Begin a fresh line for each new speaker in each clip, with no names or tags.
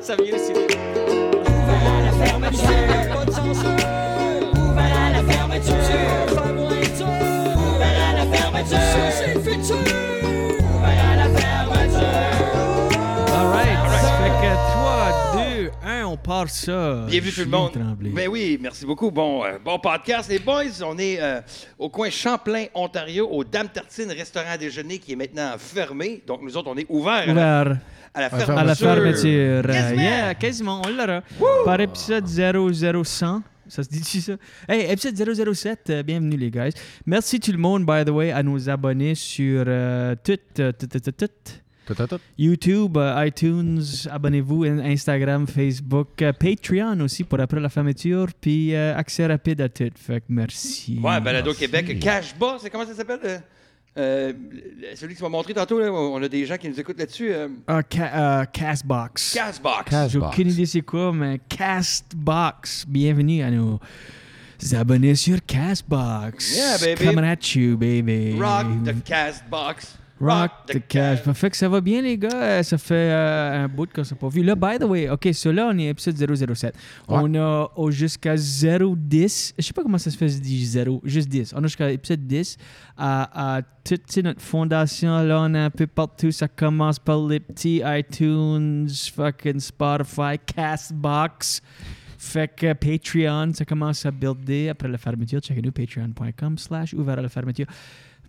Ça vient aussi.
Où va la fermeture Pas de censure. Où va la fermeture Où va la fermeture C'est le futur. Où va la fermeture
Alright. Ça fait que 3, 2, 1, on part ça.
Bienvenue tout le monde.
Tremblay.
Ben oui, merci beaucoup. Bon, euh, bon podcast. Les boys, on est euh, au coin Champlain, Ontario, au Dame Tartine Restaurant à déjeuner qui est maintenant fermé. Donc nous autres, on est ouverts à la-
Ouvert
à la
la
fermeture.
à la fermeture.
Quasiment.
Yeah, quasiment, on l'aura. Par épisode 00100. Ça se dit-tu ça? Hey, épisode 007, euh, bienvenue les guys. Merci tout le monde, by the way, à nos abonnés sur euh, tout, euh, tout, tout, tout, tout.
Tout, tout, tout.
YouTube, euh, iTunes, abonnez-vous, in- Instagram, Facebook, euh, Patreon aussi pour après la fermeture, puis euh, accès rapide à tout. Fait que merci.
Ouais, ben Balado Québec. Cash bas, c'est comment ça s'appelle? euh, euh, le- celui que tu m'as montré tantôt, là, on a des gens qui nous écoutent là-dessus. euh,
Ah, ca- euh, Castbox.
Castbox.
Cas-
J'ai aucune
Castbox.
idée c'est quoi, mais Castbox. Bienvenue à nos abonnés sur Castbox.
Yeah, baby.
Coming at you, baby.
Rock the Castbox.
Rock the cash.
Cast-
Fait que ça va bien, les gars. Ça fait euh, un bout qu'on s'est pas vu. Là, by the way, OK, so là, on est épisode 007. On a au- jusqu'à 010. Je sais pas comment ça se fait, je dis 0, juste 10. On a jusqu'à épisode 10. À, à toute tu sais, notre fondation, là, on est un peu partout. Ça commence par les petits iTunes, fucking Spotify, Castbox. Fait que Patreon, ça commence à builder après la fermeture. Checkez-nous, patreon.com slash ouvert à la fermeture.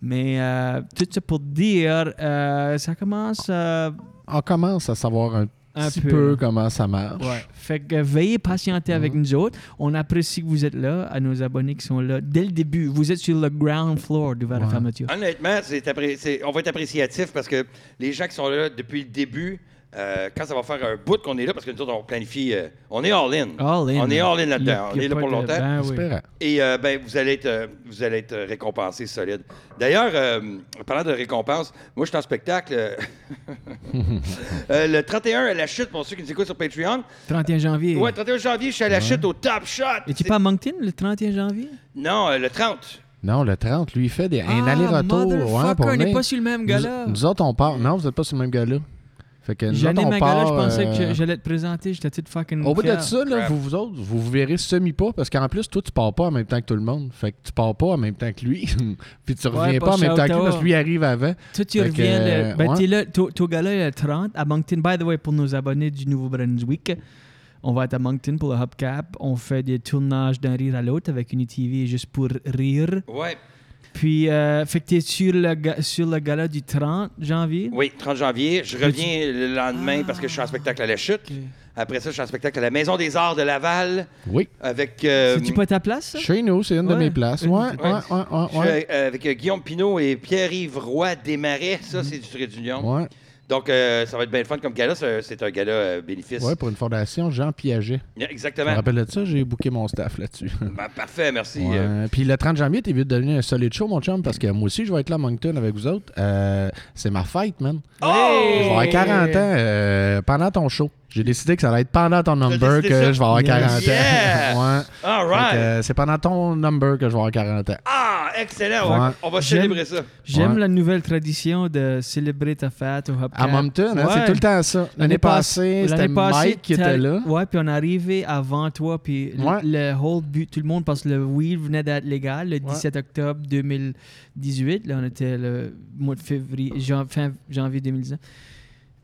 Mais euh, tout ça pour dire, euh, ça commence euh,
On commence à savoir un,
Un
petit
peu,
peu,
là.
comment ça Mm-hmm. marche.
Ouais. Ah Fait que veuillez patienter avec nous autres. On apprécie que vous êtes là, à nos abonnés qui sont là dès le début. Vous êtes sur le ground floor d'ouvert à la
Ouais.
fermeture.
Honnêtement, c'est appré- c'est- on va être appréciatif parce que les gens qui sont là depuis le début, euh, quand ça va faire un bout qu'on est là, parce que nous autres, on planifie, euh, on est all-in.
All in.
On est all-in
Y a-
là-dedans.
y
On
a
est là
pas
pour
de-
longtemps.
ben oui.
Espérant.
Et euh, ben, vous allez être, euh, vous allez être récompensé solide. D'ailleurs, euh, en parlant de récompense, moi, je suis en spectacle. euh, euh, le 31 à la chute, pour ceux qui nous écoutent sur Patreon.
31 janvier.
Ouais, 31 janvier, je suis à la chute au Top Shot.
Et tu
C'est-
pas à Moncton le 31 janvier?
Non, euh, le 30.
Non, le 30, lui, il fait des, un
Ah,
aller-retour.
motherfucker,
ouais, pour
on n'est
venir.
pas sur le même gars-là.
Nous, nous autres, on part. Non, vous n'êtes pas sur le même gars-là. Fait que nous
J'en
autres,
ai
on
ma gala,
part,
je pensais
euh,
que je- j'allais te présenter. J'étais toute fucking.
Au bout de
fier.
ça, là,
Crap.
vous, vous autres, vous vous verrez semi pas parce qu'en plus, toi, tu pars pas en même temps que tout le monde. Fait que tu pars pas en même temps que lui. Puis tu
Ouais,
reviens
pas
pas en même
chez
temps que lui
Ottawa.
parce que lui arrive avant.
Toi, tu
Fait que,
reviens. le-
euh,
ben,
ouais.
t'es là, ton ton gala est le 30 à Moncton. By the way, pour nos abonnés du Nouveau-Brunswick, on va être à Moncton pour le Hubcap. On fait des tournages d'un rire à l'autre avec une TV juste pour rire.
Ouais.
Puis, euh, fait que t'es sur le, ga- sur le gala du 30 janvier.
Oui, 30 janvier. Je reviens le lendemain parce que je suis en spectacle à la chute.
Ok.
Après ça, je suis en spectacle à la Maison des Arts de Laval
Oui.
avec. euh,
C'est-tu pas ta place, ça?
Chez nous, c'est une
Ouais.
de mes places.
Une-
Ouais, ouais,
Ouais.
ouais,
je
ouais.
suis,
ouais.
euh, avec euh, Guillaume Pinault et Pierre-Yves Roy Desmarais. Ça, c'est du trait d'union.
Mhm. Ouais,
Donc, euh, ça va être bien le fun comme gala. C'est c'est un gala euh, bénéfice.
ouais, pour une fondation, Jean Piaget. Je me
Exactement.
rappelle de ça, j'ai booké mon staff là-dessus.
Ben, parfait, merci.
Ouais.
Euh,
Puis le 30 janvier, t'es venu de devenir un solide show, mon chum, parce que moi aussi, je vais être là à Moncton avec vous autres. Euh, c'est ma fête, man.
Oh!
Je vais avoir 40 ans euh, pendant ton show. J'ai décidé que ça allait être pendant ton number
décidé
que
ça?
je vais avoir
Yes.
40
Yeah!
ans. Ouais.
All
Fait que,
right.
euh, c'est pendant ton number que je vais avoir 40 ans.
Ah, excellent. On va-
Ouais.
On va
J'aime-
célébrer ça.
J'aime
Ouais.
la nouvelle tradition de célébrer ta fête au Hubcap.
À Moncton, hein, c'est
Ouais.
tout le temps ça. L'année passée, c'était
l'année passée,
Mike qui
t'as-
était là.
Ouais, puis on est arrivé avant toi, puis l-
Ouais.
le whole but, tout le monde, parce que le weed venait d'être légal le 17 octobre 2018. Là, on était le mois de février, jan- fin janvier 2019.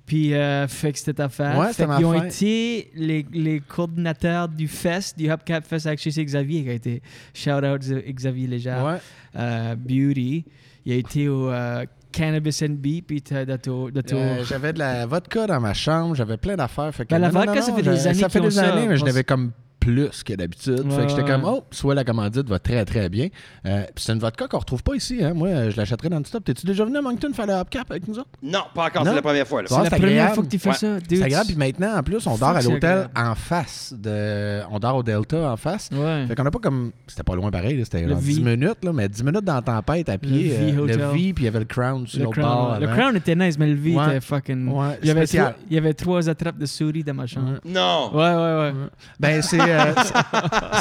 Puis, euh, fait que c'était ta fête.
Ouais,
Fait
c'était ma
qu'ils ont
fête.
été les, les coordinateurs du fest, du Hubcap Fest avec chez Xavier, qui a été shout-out Z- Xavier Léger.
Ouais.
Euh, Beauty. Il a été au euh, Cannabis and Bee, puis t'as- dans ton- dans ton-
Euh, j'avais de la vodka dans ma chambre, j'avais plein d'affaires. Fait que,
Ben, la
non, non,
vodka,
non,
ça fait
je-
des années
Ça fait
qu'ils ont
des
ça.
années, mais je
Parce-
n'avais comme plus que d'habitude. fait
Ouais,
que j'étais comme,
ouais.
oh, soit la commandite va très, très bien. Euh, puis c'est une vodka qu'on retrouve pas ici. Hein. Moi, je l'achèterais dans le stop. T'es-tu déjà venu à Moncton faire le hubcap avec nous autres?
Non, pas encore.
Non.
C'est la première fois. là.
Ouais,
C'est la
c'est
première
agréable.
fois que tu fais
Ouais.
ça.
C'est
dude.
agréable. Puis maintenant, en plus, on
Fuck,
dort à
c'est
l'hôtel
agréable.
en face. de On dort au Delta en face.
Ouais.
Fait qu'on n'a pas comme. C'était pas loin pareil, là, c'était
Le
genre
V.
10 minutes, là, mais 10 minutes dans la tempête à pied.
V
euh,
Hotel.
le V, puis il y avait le Crown sur
Le
l'autre
crown,
bord.
ouais. le
avant.
crown était nice, mais le V
Ouais.
était fucking.
Ouais,
il, y avait trois,
spécial.
il y avait trois attrapes de souris dans ma chambre.
Non.
Ouais, ouais, ouais.
Ben, c'est. euh,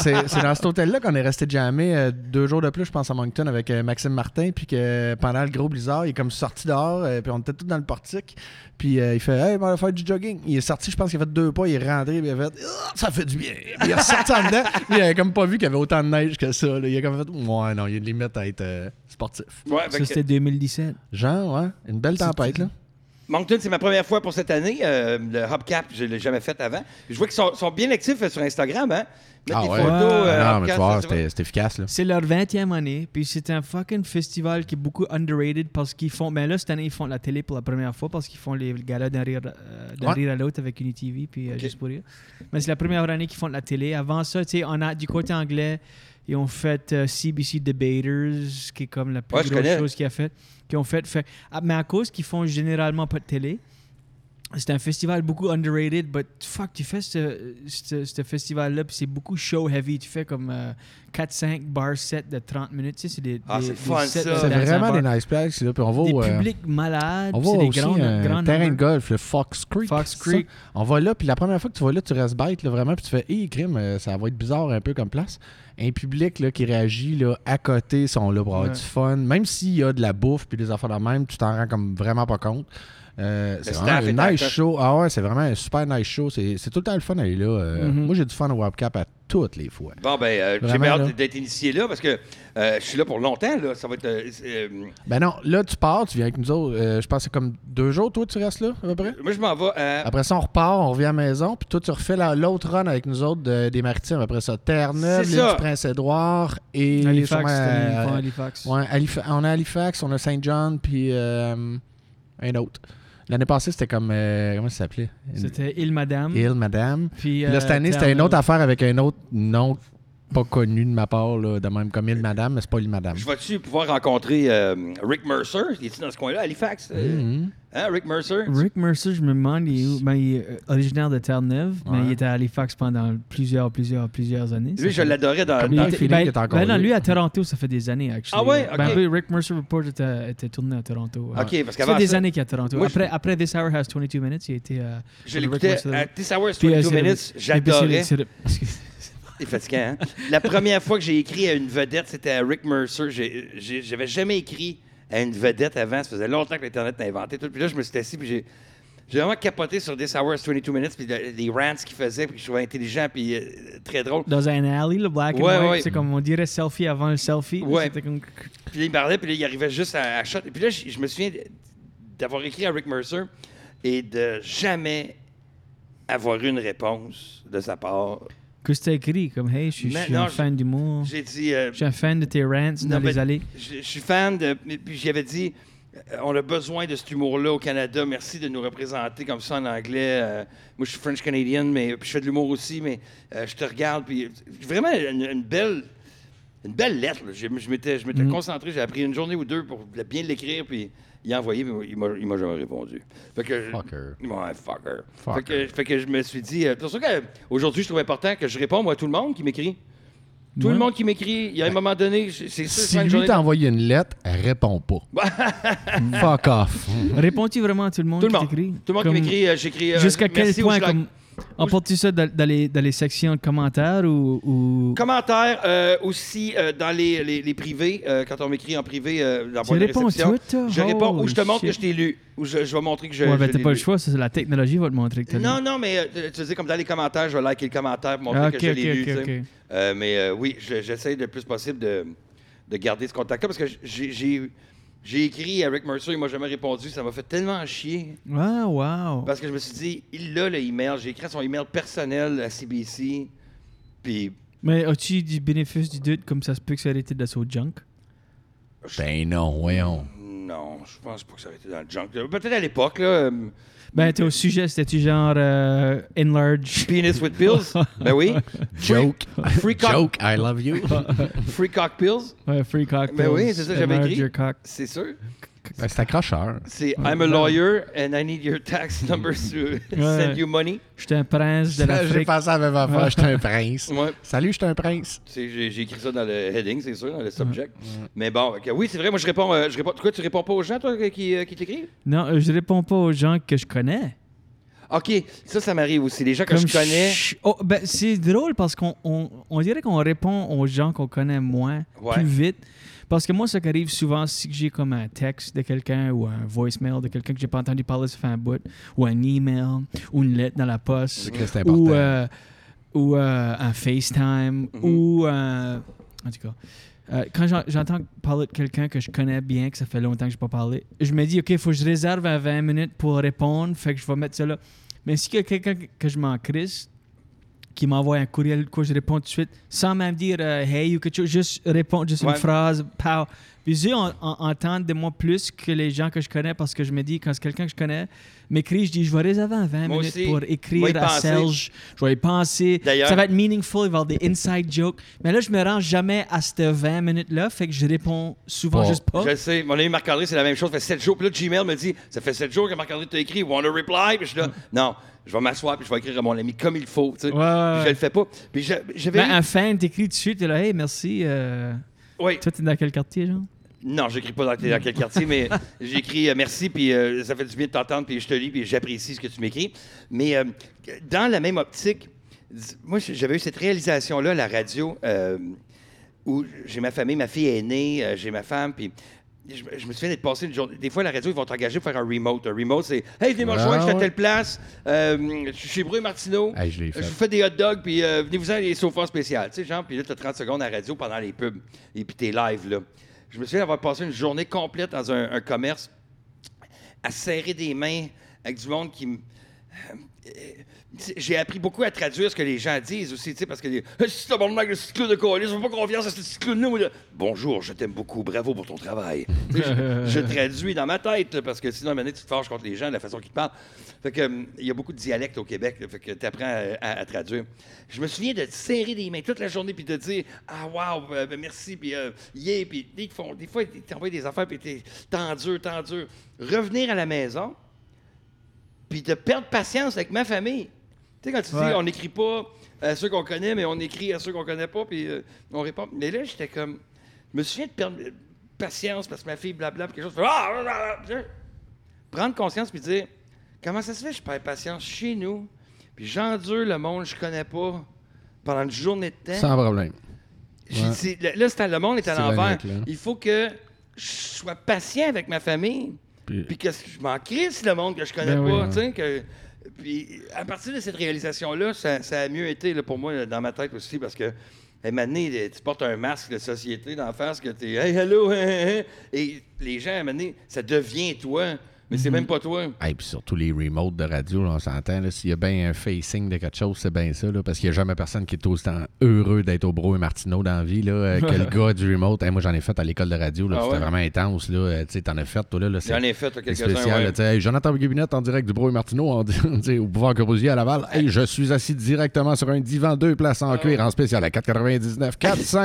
c'est c'est dans cet hôtel-là qu'on est resté jamais deux jours de plus, je pense, à Moncton avec euh, Maxime Martin. Puis que pendant le gros blizzard, il est comme sorti dehors. euh, puis on était tous dans le portique. Puis euh, il fait Hey, on va faire du jogging. Il est sorti, je pense qu'il a fait deux pas. Il est rentré. Puis il a fait Ah, Ça fait du bien. Puis il est ressorti en dedans. Puis il avait comme pas vu qu'il y avait autant de neige que ça. là. Il a comme fait Ouais, non, il y a une limite à être euh, sportif.
Ouais, fait
Ça,
que-
c'était 2017.
Genre, ouais, une belle tempête, là.
Moncton, c'est ma première fois pour cette année. Euh, le Hubcap, je ne l'ai jamais fait avant. Je vois qu'ils sont, sont bien actifs euh, sur Instagram. Hein? Mettre
Ah
des
ouais.
photos. euh,
non, mais tu
Hubcap,
vois,
ça, ça va.
c'était c'était efficace, là.
C'est leur 20e année, puis c'est un fucking festival qui est beaucoup underrated parce qu'ils font. Mais là, cette année, ils font de la télé pour la première fois parce qu'ils font les galas d'un rire, euh, d'un
Ouais.
rire à l'autre avec une TV, puis euh,
Ok.
juste pour rire. Mais c'est la première année qu'ils font de la télé. Avant ça, tu sais, on a du côté anglais, ils ont fait euh, CBC Debaters, qui est comme la plus
Ouais, je connais.
grosse chose qu'ils ont fait. Qu'ils ont fait, fait. Ah, Mais à cause qu'ils font généralement pas de télé, c'est un festival beaucoup underrated, but fuck, tu fais ce, ce, ce festival-là, puis c'est beaucoup show-heavy. Tu fais comme euh, 4-5 bar sets de 30 minutes. Tu sais, c'est des,
Ah,
des-
c'est
des
fun,
sets
ça.
de
C'est
dans un
vraiment des
bar.
nice places, là. Puis on va
Des
au, euh,
publics malades,
On
puis
va
c'est des
aussi
grands,
un
grands
terrain de
numbers.
golf, le Fox Creek.
Fox
c'est
Creek.
ça. On va là, puis la première fois que tu vas là, tu restes bête, là, vraiment, puis tu fais « Hey, crime, euh, ça va être bizarre un peu comme place. » Un public là, qui réagit là, à côté, sont là pour avoir
Ouais.
du fun. Même s'il y a de la bouffe puis des affaires de même, tu t'en rends comme vraiment pas compte. Euh, c'est
staff
vraiment
est à
un nice
côté.
show. Ah ouais, c'est vraiment un super nice show. C'est c'est tout le temps le fun d'aller là. Euh,
Mhm.
Moi, j'ai du fun au WAPCAP à toutes les fois.
Bon, ben, euh, j'ai
Vraiment,
bien hâte
là.
d'être initié là parce que euh, je suis là pour longtemps. Là. Ça va être. euh, c'est, euh,
Ben non, là, tu pars, tu viens avec nous autres. euh, je pense que c'est comme deux jours, toi, tu restes là, à peu près?
moi, je m'en vais euh, à.
Ah,
Après ça, on repart, on revient à la maison, puis toi, tu refais la- l'autre run avec nous autres de- des Maritimes. Après ça, Terre-Neuve,
C'est
l'île
ça.
du Prince-Édouard et.
Halifax,
sûrement,
c'était
euh,
une fois Halifax.
ouais, Halifa- on a Halifax, on a Saint-John, puis euh, un autre. L'année passée, c'était comme. euh, comment ça s'appelait Une
C'était Île Madame.
Île, madame.
Puis,
Puis
euh,
là, cette année, c'était une
Terre-Neuve.
autre affaire avec un autre nom pas connu de ma part, là, de même comme Île, madame, mais c'est pas Île, madame.
Je vais-tu pouvoir rencontrer euh, Rick Mercer? Il est dans ce coin-là, Halifax? euh?
Mhm.
Hein, Rick Mercer?
Hmm. Rick Mercer, je me demande, il est, où? Ben, il est euh, originaire de Terre-Neuve,
Ouais.
mais il était à Halifax pendant plusieurs, plusieurs, plusieurs années. Ça
Lui, je
fait-
l'adorais dans,
Comme
dans-
il
était-
feeling qu'il est encore
ben non,
là.
lui à Toronto, ça fait des années, actually.
Ah ouais?
Ben
Ok.
oui, Rick Mercer Report était, était tourné à Toronto. ouais.
OK, parce
Ça
qu'avant
fait des
ça,
années qu'il est à Toronto.
Moi, je-
après, après This Hour Has 22 Minutes, il était. euh,
je
Rick
l'écoutais
Mercer.
à This Hour is
Puis, euh,
22
c'est-
Minutes.
et puis, c'est-
J'adorais.
c'est le- excuse-
C'est fatigant, hein? La première fois que j'ai écrit à une vedette, c'était à Rick Mercer. J'ai- j'ai- J'avais jamais écrit à une vedette avant. Ça faisait longtemps que l'Internet l'a inventé. Tout. Puis là, je me suis assis, puis j'ai... J'ai vraiment capoté sur This Hour is 22 Minutes, puis le- les rants qu'il faisait, puis que je trouvais intelligent, puis euh, très drôle.
Dans un alley, le black and
Ouais,
white,
ouais.
c'est comme on dirait selfie avant le selfie.
Ouais.
C'était comme-
Puis là, il parlait, puis là, il arrivait juste à, à shot. Et puis là, je, je me souviens d'avoir écrit à Rick Mercer et de jamais avoir eu une réponse de sa part.
que c'était écrit comme Hey, je suis je
Mais
suis
non,
un fan d'humour.
J'ai dit... euh,
Je suis un fan de tes rants dans
Non,
les
mais
allées.
Je, je suis fan de. mais- Puis j'avais dit, euh, on a besoin de cet humour-là au Canada. Merci de nous représenter comme ça en anglais. Euh, moi, je suis French Canadian, mais puis je fais de l'humour aussi. Mais euh, je te regarde, puis vraiment une, une belle, une belle lettre. là. Je, je m'étais, je m'étais
Mm.
concentré. J'ai appris une journée ou deux pour le- bien l'écrire, puis il a envoyé, mais il m'a, il m'a jamais répondu. Fait que je-
Fucker.
Ouais, fucker.
Fucker.
Fait, que, fait que je me suis dit, euh, c'est pour ça qu'aujourd'hui, je trouve important que je réponde moi, à tout le monde qui m'écrit. Tout
Ouais.
le monde qui m'écrit, il y a un moment donné, c'est c'est sûr,
Si
cinq
lui
journées-
t'a envoyé une lettre, réponds pas. Fuck off.
Réponds-tu vraiment à tout le monde
Tout le
qui
monde.
t'écrit?
Tout le monde
Comme-
qui m'écrit, euh, j'écris. euh,
Jusqu'à quel
merci ou
point,
je like.
comme. On porte-tu ça dans, dans les, dans les sections de commentaires ou. ou...
Commentaire euh, aussi euh, dans les, les, les privés, euh, quand on m'écrit en privé, euh, dans
Tu
la boîte de
réponds
réception.
tout, toi?
Je réponds ou je te
Holy
montre que
shit.
je t'ai lu, ou je, je vais montrer que je.
ouais, ben
je
t'as
l'ai
pas le
lu.
choix, ça, c'est la technologie va te montrer que t'as
Non, non, mais euh, tu veux dire, comme dans les commentaires, je vais liker le commentaire pour montrer
Ah,
que
ok,
je
ok,
l'ai lu.
ok,
tu sais.
ok.
Euh, mais euh, oui, je- j'essaie le plus possible de, de garder ce contact-là parce que j'ai- j'ai j'ai écrit à Rick Mercer, il m'a jamais répondu, ça m'a fait tellement chier.
Ah, wow.
Parce que je me suis dit, il a le email, j'ai écrit à son email personnel à CBC, puis
Mais as-tu du bénéfice du doute comme ça se peut que ça aurait été de la sauce junk?
Ben non, voyons.
Non, je pense pas que ça aurait été dans le junk. Euh, Peut-être à l'époque, là. euh,
Ben, t'es au sujet, c'était-tu genre euh, Enlarge?
Penis with pills. ben oui.
Joke.
Free cock,
Joke, I love you.
free cock pills.
Ouais, euh, free cock.
Ben oui,
pills,
c'est ça que j'avais
enlarge
écrit.
your cock.
C'est sûr.
Ben, c'est accrocheur.
C'est I'm a lawyer and I need your tax numbers to send you money.
J'étais un prince de
J'ai
l'Afrique.
passé à la même affaire, j'étais un prince.
Ouais.
Salut, j'étais un prince.
C'est- J'ai j'ai écrit ça dans le heading, c'est sûr, dans le subject.
Mm,
Mais bon, ok, oui, c'est vrai, moi je réponds. euh, je réponds quoi, tu réponds pas aux gens, toi, qui, euh, qui t'écrivent?
Non, euh, je réponds pas aux gens que je connais.
OK, ça, ça m'arrive aussi. Les gens que je connais.
ch- oh, ben, c'est drôle parce qu'on on, on dirait qu'on répond aux gens qu'on connaît moins,
Ouais.
plus vite. Parce que moi, ce qui arrive souvent, c'est que j'ai comme un texte de quelqu'un ou un voicemail de quelqu'un que j'ai pas entendu parler, ça fait un bout, ou un email, ou une lettre dans la poste,
que c'est important.
ou, euh, ou euh, un FaceTime, ou un- En tout cas. euh, quand j'en- j'entends parler de quelqu'un que je connais bien, que ça fait longtemps que je n'ai pas parlé, je me dis, OK, il faut que je réserve à 20 minutes pour répondre, fait que je vais mettre ça là. Mais si y a quelqu'un que je m'en crisse, qui m'envoie un courriel, quoi, je réponds tout de suite, sans même dire euh, hey ou quelque chose, juste répondre, juste
Ouais.
une phrase, pow. Puis eux en- en- entendent de moi plus que les gens que je connais parce que je me dis, quand c'est quelqu'un que je connais m'écrit, je dis, je vais réserver un 20
Moi
minutes
aussi.
pour
Je
écrire
vais y
à
penser.
Serge, je vais y penser.
D'ailleurs-
Ça va être meaningful, il va y avoir des inside jokes. Mais là, je me rends jamais à cette 20 minutes-là, fait que je réponds souvent
Bon.
juste pas.
Je le sais, mon ami Marc-André, c'est la même chose. Ça fait sept jours. Puis là, Gmail me dit Ça fait sept jours que Marc-André t'a écrit, want a reply. Puis je suis
Mm.
là, non, je vais m'asseoir puis je vais écrire à mon ami comme il faut. tu sais.
Ouais,
Puis
ouais,
je
ouais.
le fais pas. Puis je- j'avais.
Ben,
eu-
un fan t'écrit tout de suite, t'es là, hey, merci. euh,
Oui.
Toi, t'es dans quel quartier, genre?
Non, j'écris pas dans, dans quel quartier, mais j'écris euh, merci, puis euh, ça fait du bien de t'entendre, puis je te lis, puis j'apprécie ce que tu m'écris. Mais euh, dans la même optique, dis- moi, j'avais eu cette réalisation-là à la radio, euh, où j'ai ma famille, ma fille est née, euh, j'ai ma femme, puis. Je, me- je me souviens d'être passé une journée. Des fois, à la radio, ils vont t'engager pour faire un remote. Un remote, c'est Hey, venez me
Ah
rejoindre, je suis à
ouais.
telle place. Euh, je suis chez Bruy Martineau.
Hey, je l'ai fait.
vous fais des hot dogs, puis euh, venez-vous-en les sofas spéciales. Tu sais, genre, puis là, tu as 30 secondes à la radio pendant les pubs. Et puis t'es live, là. Je me souviens d'avoir passé une journée complète dans un, un commerce à serrer des mains avec du monde qui me. T'sais, J'ai appris beaucoup à traduire ce que les gens disent aussi, tu sais, parce que les- Eh, Hey, c'est un bon mec, le petit clown de coalition, on fait pas confiance à ce petit clown là, moi, là. Bonjour, je t'aime beaucoup, bravo pour ton travail. Tu sais, je, je traduis dans ma tête, là, parce que sinon, à un moment donné, tu te fâches contre les gens, la façon qu'ils te parlent. Fait que, hum, il y a beaucoup de dialectes au Québec, là, fait que tu apprends à, à- à traduire. Je me souviens de te serrer des mains toute la journée, puis de dire Ah, wow, euh, ben, merci, puis euh, yeah, puis des, fois, des fois, ils t'envoient des affaires, puis t'es tendu, tendu. Revenir à la maison, puis de perdre patience avec ma famille. Tu sais, quand tu
Ouais.
dis on n'écrit pas à ceux qu'on connaît, mais on écrit à ceux qu'on connaît pas, puis euh, on répond. Mais là, j'étais comme. Je me souviens de perdre euh, patience parce que ma fille, blabla, puis quelque chose. Ah, ah, ah, ah. Prendre conscience puis dire comment ça se fait, que je perds patience chez nous, puis j'endure le monde que je connais pas pendant une journée de temps.
Sans problème.
J'ai
Ouais.
dit, le- là, c'est à- le monde est à
C'est
l'envers.
ironique, là.
Il faut que je sois patient avec ma famille,
Puis-
puis, que je m'en crisse le monde que je connais
Ben oui.
pas. tu sais, que- puis à partir de cette réalisation-là, ça, ça a mieux été là, pour moi là, dans ma tête aussi, parce que eh, maintenant, eh, tu portes un masque de société d'en face que t'es Hey, hello, hein, hein, hein. et les gens, à un moment donné, ça devient toi, mais c'est même pas toi.
Hey, puis surtout les remotes de radio, là, on s'entend. là, S'il y a bien un facing de quelque chose, c'est bien ça. là, parce qu'il n'y a jamais personne qui est autant heureux d'être au Bro et Martineau dans la vie là, euh, que le gars du remote. Hey, moi, j'en ai fait à l'école de radio. là,
Ah
C'était
ouais?
vraiment intense. Là, euh, tu sais, T'en as fait, toi. Là, là, c'est-
J'en ai fait là,
c'est
quelques-uns.
spécial.
ouais.
là, tu sais, hey, Jonathan Gubinet en direct du Bro et Martineau on dit- on dit, au pouvoir Corbusier à Laval. Hey, je suis assis directement sur un divan deux places
Ah
en cuir en spécial à 4,99.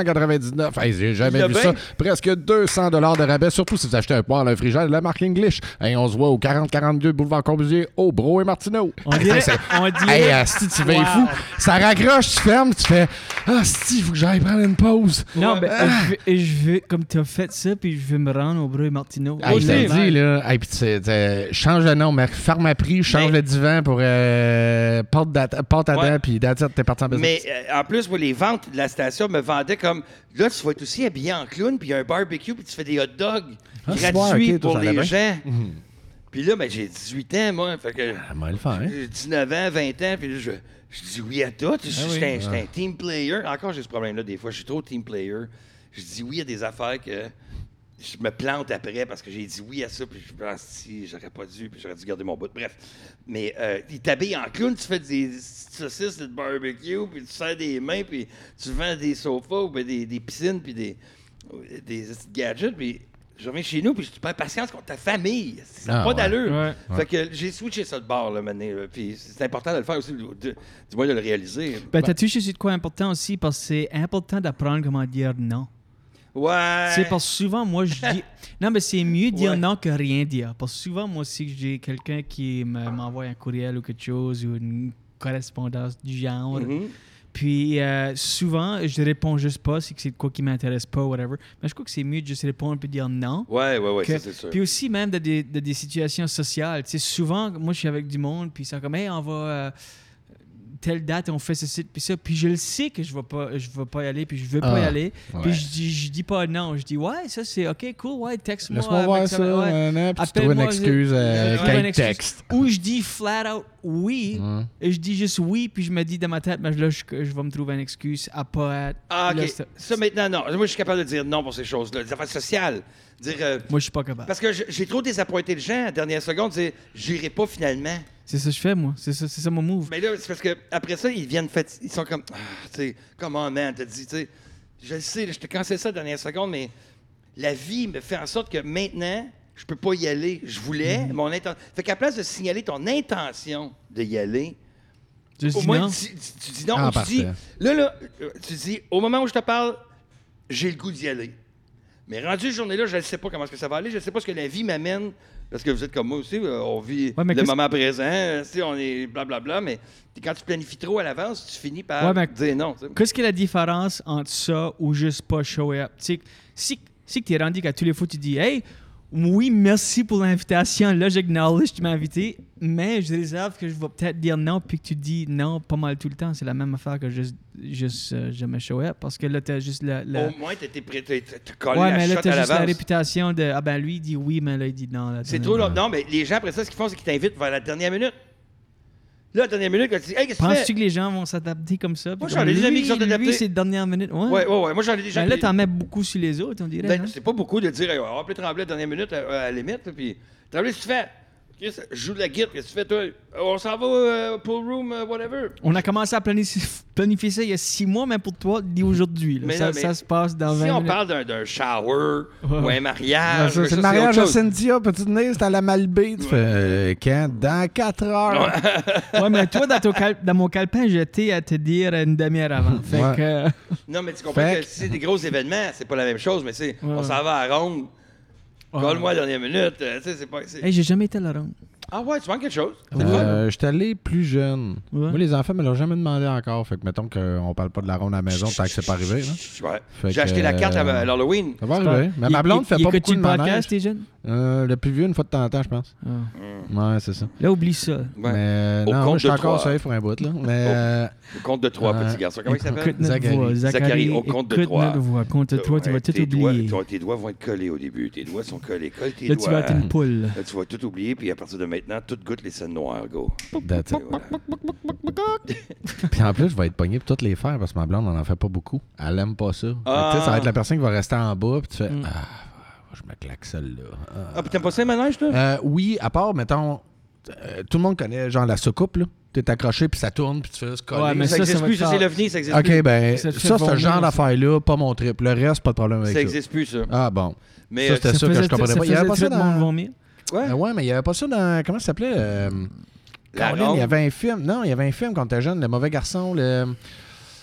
499. Hey, j'ai
Il
jamais
a
vu
bien.
ça. Presque 200 dollars de rabais, surtout si vous achetez un poids à l'infrigère de la marque English. Hey, on se voit au 4042 boulevard Corbusier au Bro et Martineau.
On
Hey,
dirait-
c'est-
on dirait-
Hey, euh, asti, tu vas
Wow.
fou. Ça raccroche, tu fermes, tu fais Ah, Asti, il faut que j'aille prendre une pause.
Non, mais je, veux- et je veux, comme tu as fait ça, puis je veux me rendre au Bruy Martineau.
Hey, je te le
aussi.
dis, là. Hey, puis tu- tu- change de nom, mais ferme à prix, change
Mais-
le divan pour euh, porte d'at- porte à
Ouais.
dents, puis that's it, t'es parti en
Mais
business.
euh, en plus, moi, les ventes de la station me vendaient comme là, tu vas être aussi habillé en clown, puis il y a un barbecue, puis tu fais des hot dogs
Ah, c'est
gratuits
bon, ok, toi,
pour
ça allait
les
bien. Mhm.
gens. Puis là, ben, j'ai 18 ans, moi. Fait que
Ah, moi, le faire, hein? Ah
j'ai 19 ans, 20 ans, puis là, je, je dis oui à tout. Je suis
oui.
j'étais un, j'étais un team player. Encore, j'ai ce problème-là des fois. Je suis trop team player. Je dis oui à des affaires que je me plante après parce que j'ai dit oui à ça, puis je pense si j'aurais pas dû, puis j'aurais dû garder mon bout. Bref. Mais euh, il t'habille en clown, tu fais des saucisses de barbecue, puis tu sers des mains, puis tu vends des sofas ou ben des, des piscines, puis des, des gadgets, puis je reviens chez nous, puis je perds patience contre ta famille. Ça n'a
Ah,
pas
ouais.
d'allure.
Ouais.
Fait que j'ai switché ça de bord, là, maintenant. là, Puis c'est important de le faire aussi, de- de- du moins de le réaliser.
Ben, t'as touché sur de quoi important aussi, parce que c'est important d'apprendre comment dire non.
Ouais.
C'est parce que souvent, moi, je dis. Non, mais c'est mieux dire
Ouais.
non que rien dire. Parce que souvent, moi, si j'ai quelqu'un qui me- m'envoie un courriel ou quelque chose, ou une correspondance du genre,
Mhm.
Puis euh, souvent, je réponds juste pas, c'est que c'est quoi qui m'intéresse pas, whatever. Mais je crois que c'est mieux de juste répondre puis dire non.
Ouais, ouais, ouais,
que-
ça, c'est sûr.
Puis aussi, même de des, de des situations sociales. Tu sais, souvent, moi, je suis avec du monde, puis ils sont comme, hey, on va. euh, telle date, on fait ceci, puis ça. Puis je le sais que je ne vais, pas- je vais pas y aller, puis je veux pas
Ah,
y aller.
ouais.
Puis je dis, je dis pas non. Je dis, ouais, ça, c'est OK, cool, ouais, texte-moi.
Laisse-moi voir
mec,
ça.
va- ouais.
nanana, puis tu trouves
Appelle-moi,
une excuse
je-
euh,
je trouve une
qu'un
excuse.
texte.
Ou je dis flat out oui,
Hum.
et je dis juste oui, puis je me dis dans ma tête, mais là, je, je vais me trouver une excuse à pas être.
Ah,
là,
OK.
c'est-
Ça, maintenant, non. Moi, je suis capable de dire non pour ces choses-là. Des affaires sociales. Dire, euh,
Moi, je suis pas capable.
parce que je- j'ai trop désappointé le gens à la dernière seconde. Dire, j'irai pas finalement.
C'est ça que je fais, moi. C'est ça, c'est ça mon move.
Mais là, c'est parce que après ça, ils viennent fait, ils sont comme, ah, tu sais, comment man, t'as dit, tu sais, je le sais, là, je te cancelle ça la dernière seconde, mais la vie me fait en sorte que maintenant, je peux pas y aller. Je voulais, mon intention. Fait qu'à place de signaler ton intention de y aller,
Je
au
dis
moins
non.
tu, tu- tu dis non,
Ah,
ou tu
parfait.
dis, là, là, euh, tu dis, au moment où je te parle, j'ai le goût d'y aller. Mais rendu cette journée-là, je ne sais pas comment est-ce que ça va aller, je ne sais pas ce que la vie m'amène, parce que vous êtes comme moi aussi, euh, on vit
Ouais, mais
le
qu'est-ce-
moment présent, euh, tu sais, on est blablabla, mais quand tu planifies trop à l'avance, tu finis par
Ouais, mais-
dire non. tu sais.
Qu'est-ce que la différence entre ça ou juste pas show up? Tu sais, si, si tu es rendu qu'à tous les fois tu dis Hey, oui, merci pour l'invitation, là j'acknowledge que tu m'as invité, mais je réserve que je vais peut-être dire non, puis que tu dis non pas mal tout le temps. C'est la même affaire que juste, juste euh, jamais show up, parce que là tu as juste la. la-
Au moins, tu étais prêt, tu collé
Ouais,
la
mais là
shot
tu as
à
juste la
l'avance.
réputation de Ah ben lui il dit oui, mais là il dit non. là,
C'est
t'as-
trop long. Non, mais les gens, après ça, ce qu'ils font, c'est qu'ils t'invitent vers la dernière minute. Là, la dernière minute, quand tu dis, hey, qu'est-ce que tu fais?
Penses-tu que les gens vont s'adapter comme ça?
Moi,
Puis
j'en ai
comme,
des amis qui
lui-
sont adaptés.
Lui, c'est dernière minute. Ouais.
Ouais, ouais, ouais. Moi, j'en ai déjà
Ben là,
des-
t'en mets beaucoup sur les autres, on dirait.
Ben,
hein?
c'est pas beaucoup de dire, hey, on va appeler Tremblay à la dernière minute, euh, à, à la limite. là, Puis, Tremblay, qu'est-ce que tu fais? Chris, joue de la guitare, qu'est-ce que tu fais, toi? On s'en va euh, pour le room, euh, whatever.
On a commencé à planifier, planifier ça il y a six mois, mais pour toi, dit aujourd'hui. là.
Mais
Ça,
non, mais
ça se passe dans 20
Si on
minutes.
parle d'un- d'un shower ou un
Ah,
mariage,
ça,
ça,
c'est le
autre
mariage à
chose.
Cynthia, peux-tu venir? C'est à la Malbaie. Tu fais, euh, quand? Dans 4 heures.
Ouais, mais toi, dans, ton cal- dans mon calepin, j'étais à te dire une demi-heure avant. Fait
Ouais.
que, euh,
Non, mais tu comprends
Fait
que
que-
si c'est des gros événements, c'est pas la même chose, mais c'est on
ouais.
s'en va à Ronde,
Ouais.
colle-moi à la dernière minute. euh, tu sais, c'est pas, c'est-
hey, j'ai jamais été à la ronde.
Ah ouais, tu manques quelque chose. C'est le fun.
Euh, J'étais allé plus jeune.
Ouais.
Moi, les enfants me l'ont jamais demandé encore. Fait que mettons qu'on parle pas de la ronde à la maison tant que c'est pas arrivé. là.
Ouais.
Fait
J'ai acheté
que,
la carte à,
euh,
à l'Halloween.
Ça va arriver. Mais ma blonde fait pas beaucoup de
le podcast,
manège.
t'es jeune?
Euh, le plus vieux, une fois de temps en temps, je pense.
Ah.
Ouais, c'est ça.
Là, oublie ça.
Ouais.
Mais euh,
Au
non,
compte
moi, je suis
de
encore
trois.
safe pour un bout. Là. Mais euh,
Au compte de trois
Euh,
petits garçons. Comment il s'appelle?
Écoute notre
Zachary.
voix,
Zachary, au compte de
écoute
trois.
notre voix. Compte de trois, tu
Euh, Ouais,
vas tout
tes doigts-
oublier.
ton- tes doigts vont être collés au début. Tes doigts sont collés. Colle tes
Là, tu
doigts.
vas être une poule.
Là, tu vas tout oublier, puis à partir de maintenant, tout goûte les scènes noires, go.
that's it.
Et voilà.
Puis en plus, je vais être pogné pour toutes les faire parce que ma blonde, on en fait pas beaucoup. Elle aime pas ça. Fait que, tu sais, ça va être la personne qui va rester en bas. Puis tu fais, ah, je me claque celle-là. Ah.
Ah, puis t'aimes pas ça, les manèges, toi?
Euh, oui, à part, mettons, euh, tout le monde connaît genre la soucoupe, là. T'es accroché, puis ça tourne, puis tu fais se coller.
Ouais, Ah, mais
ça
ça,
existe
ça
plus,
va
ça,
faire-
c'est l'avenir, ça existe
OK,
plus.
Ça
ben, ça,
te fait
ce
vomir,
genre
ça.
d'affaire-là, pas mon trip. Le reste, pas de problème avec
Ça
ça.
existe plus, ça.
Ah bon.
Mais
ça,
euh,
c'était ça, que je comprenais pas. Il y avait pas ça dans...
ouais,
Euh, ouais, mais il y avait pas ça dans... Comment ça s'appelait? euh,
la
Caroline,
ronde.
il y avait un film. Non, il y avait un film quand t'es jeune, Le Mauvais Garçon, le...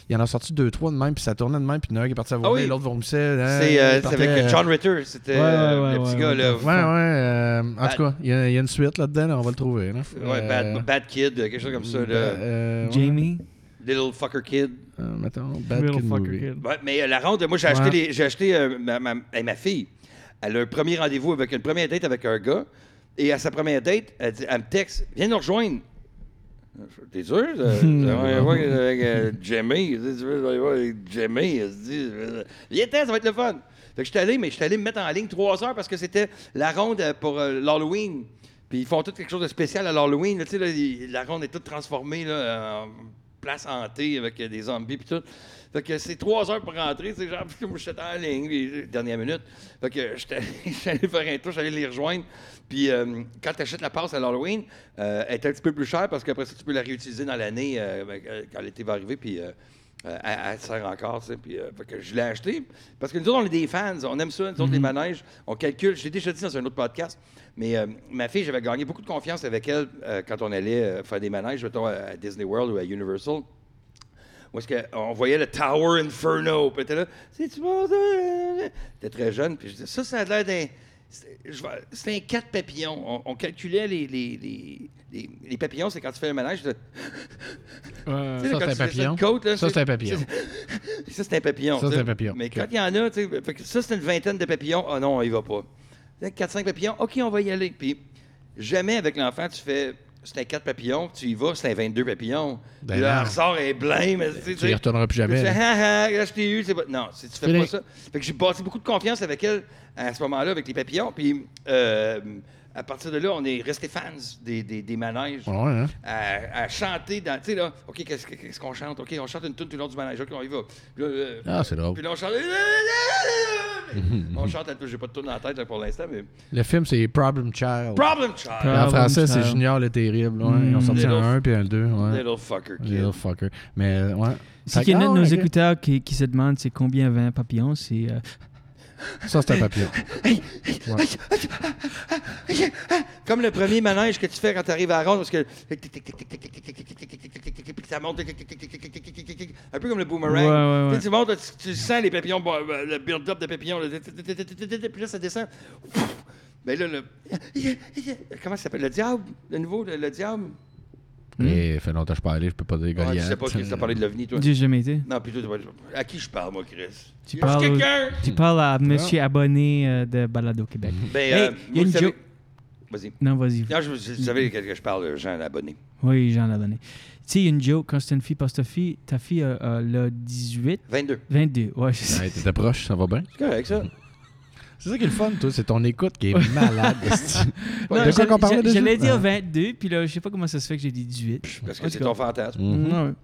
Il y en a sorti deux, trois de même, puis ça tournait de même, puis il y en a un qui est parti à vomir,
Ah oui.
l'autre vomissait. hein,
C'est euh,
il
c'est
partait,
avec euh,
euh,
John Ritter, c'était
Ouais, ouais,
euh,
ouais,
le petit
ouais,
gars,
ouais.
là.
Ouais, ouais. euh, en
Bad-
tout cas, il y, a- il y a une suite là-dedans, là, on va le trouver. là.
Ouais,
Euh,
bad, Bad Kid, euh, quelque chose comme ça,
Mm,
Ba-
là.
ben,
euh, ouais.
Jamie,
Little Fucker Kid.
Euh, mettons, Bad
little
Kid
fucker
Movie.
kid.
Ouais, mais euh, la ronde, moi, j'ai acheté, les- j'ai acheté euh, ma, ma- hey, ma fille. Elle a un premier rendez-vous avec une première date avec un gars. Et à sa première date, elle, dit- elle me texte Viens nous rejoindre. T'es sûr? Euh, Ouais, ouais, avec euh, Jimmy. Tu sais, tu veux aller voir avec Jimmy. Elle se dit euh, Viens, t'es, ça va être le fun. Fait que j'étais allé, mais j'étais allé me mettre en ligne trois heures parce que c'était la ronde euh, pour euh, l'Halloween. Puis ils font tout quelque chose de spécial à l'Halloween. là, Tu sais, là, il- la ronde est toute transformée là, en place hantée avec euh, des zombies puis tout. Fait que c'est trois heures pour rentrer, c'est genre, parce que moi, j'étais en ligne, puis, euh, dernière minute. Fait que j'étais j'allais faire un tour, j'allais les rejoindre. Puis euh, quand tu achètes la passe à l'Halloween, euh, elle est un petit peu plus chère parce qu'après ça, tu peux la réutiliser dans l'année euh, avec- euh, quand l'été va arriver, puis euh, euh, elle, elle sert encore, tu sais. Puis euh, fait que je l'ai acheté parce que nous autres, on est des fans, on aime ça, nous autres, les manèges, on calcule. Je l'ai déjà dit dans un autre podcast, mais euh, ma fille, j'avais gagné beaucoup de confiance avec elle euh, quand on allait euh, faire des manèges, mettons, à à Disney World ou à Universal où est-ce que- on voyait le Tower Inferno. Puis t'es là, c'est-tu bon, ça? T'es très jeune, puis je disais, ça, ça a l'air d'un... c'est- je vais- C'est un quatre papillons. On, on calculait les, les, les, les- les papillons, c'est quand tu fais le manège, tu Tu
Ouais,
sais, quand
ça, c'est un
tu fais
papillon.
une côte, là,
Ça, c'est un papillon.
Ça, c'est un papillon.
Ça,
tu
c'est
sais.
un papillon.
Mais
Ok.
quand il y en a, tu sais, fait que ça, c'est une vingtaine de papillons. Ah non, on y va pas. 4-5 papillons, OK, on va y aller. Puis jamais avec l'enfant, tu fais c'est un 4 papillons, tu y vas, c'est un 22 papillons.
Ben
Puis là,
non.
elle ressort, elle est blême. elle- sais,
Tu y retourneras plus jamais.
tu
là.
fais, ah, ah, là, je t'ai eu. c'est pas- Non, si tu fais
Fini.
pas ça. Fait que j'ai bâti beaucoup de confiance avec elle à ce moment-là, avec les papillons. Puis euh, à partir de là, on est resté fans des, des, des manèges
Ouais, hein.
à, à chanter dans. Tu sais, là, OK, qu'est-ce que- qu'est-ce qu'on chante? OK, on chante une tune tout le long du manège. OK, on y va. Puis là, euh,
Ah, c'est drôle.
puis là, on chante. on chante un peu. J'ai pas de tune dans la tête là, pour l'instant, mais.
Le film, c'est Problem Child.
Problem Child!
Pro-
en français,
Problem
c'est
Child.
Junior le Terrible. ouais. Ils ont sorti
Little-
un 1 puis un 2. Ouais.
Little fucker kid.
Little fucker. Mais, euh, ouais.
Si
Fait que-
quelqu'un
Ah,
de nos
ouais, ok.
écouteurs qui, qui se demande c'est combien 20 papillons, c'est. euh,
Ça, c'est un papillon.
Comme le premier manège que tu fais quand tu arrives à la ronde, parce que. Puis ça monte. Un peu comme le boomerang.
Ouais, ouais,
Tu sais, Tu
ouais.
montes, tu, tu sens les papillons, bon, euh, le build-up de papillons. le- Puis là, ça descend. Mais là, le. Comment ça s'appelle Le diable Le nouveau, le, le diable
Et
Hmm.
fait longtemps que je peux aller, je peux pas dire
Ah, Tu
Goliath.
sais pas qui t'a parlé de l'OVNI, toi
J'ai jamais été.
Non, puis toi, t'as pas- à qui je parle, moi, Chris Y a-tu
Tu parles,
quelqu'un
Hmm.
tu parles à monsieur abonné euh, de Balado Québec.
Ben,
Hey,
euh,
y a
vous
une
savez-
joke.
Vas-y.
Non, vas-y.
Non, je, je- vous savez de quel que je parle, Jean l'abonné.
Oui, j'en ai donné. Tu sais, il y a une joke quand c'est une fille, parce que ta fille, ta fille euh, a, a le 18,
22.
22. Ouais, je sais.
Hey, T'étais proche, ça va bien?
C'est correct, ça.
C'est ça qui est le fun, toi. C'est ton écoute qui est malade. esti.
Non,
de quoi
j'allais-
qu'on parlait déjà?
J'allais
Ah.
dire 22, puis là, je sais pas comment ça se fait que j'ai dit 18.
Parce
En
que c'est
tout
ton fantasme.
Mhm.
Non.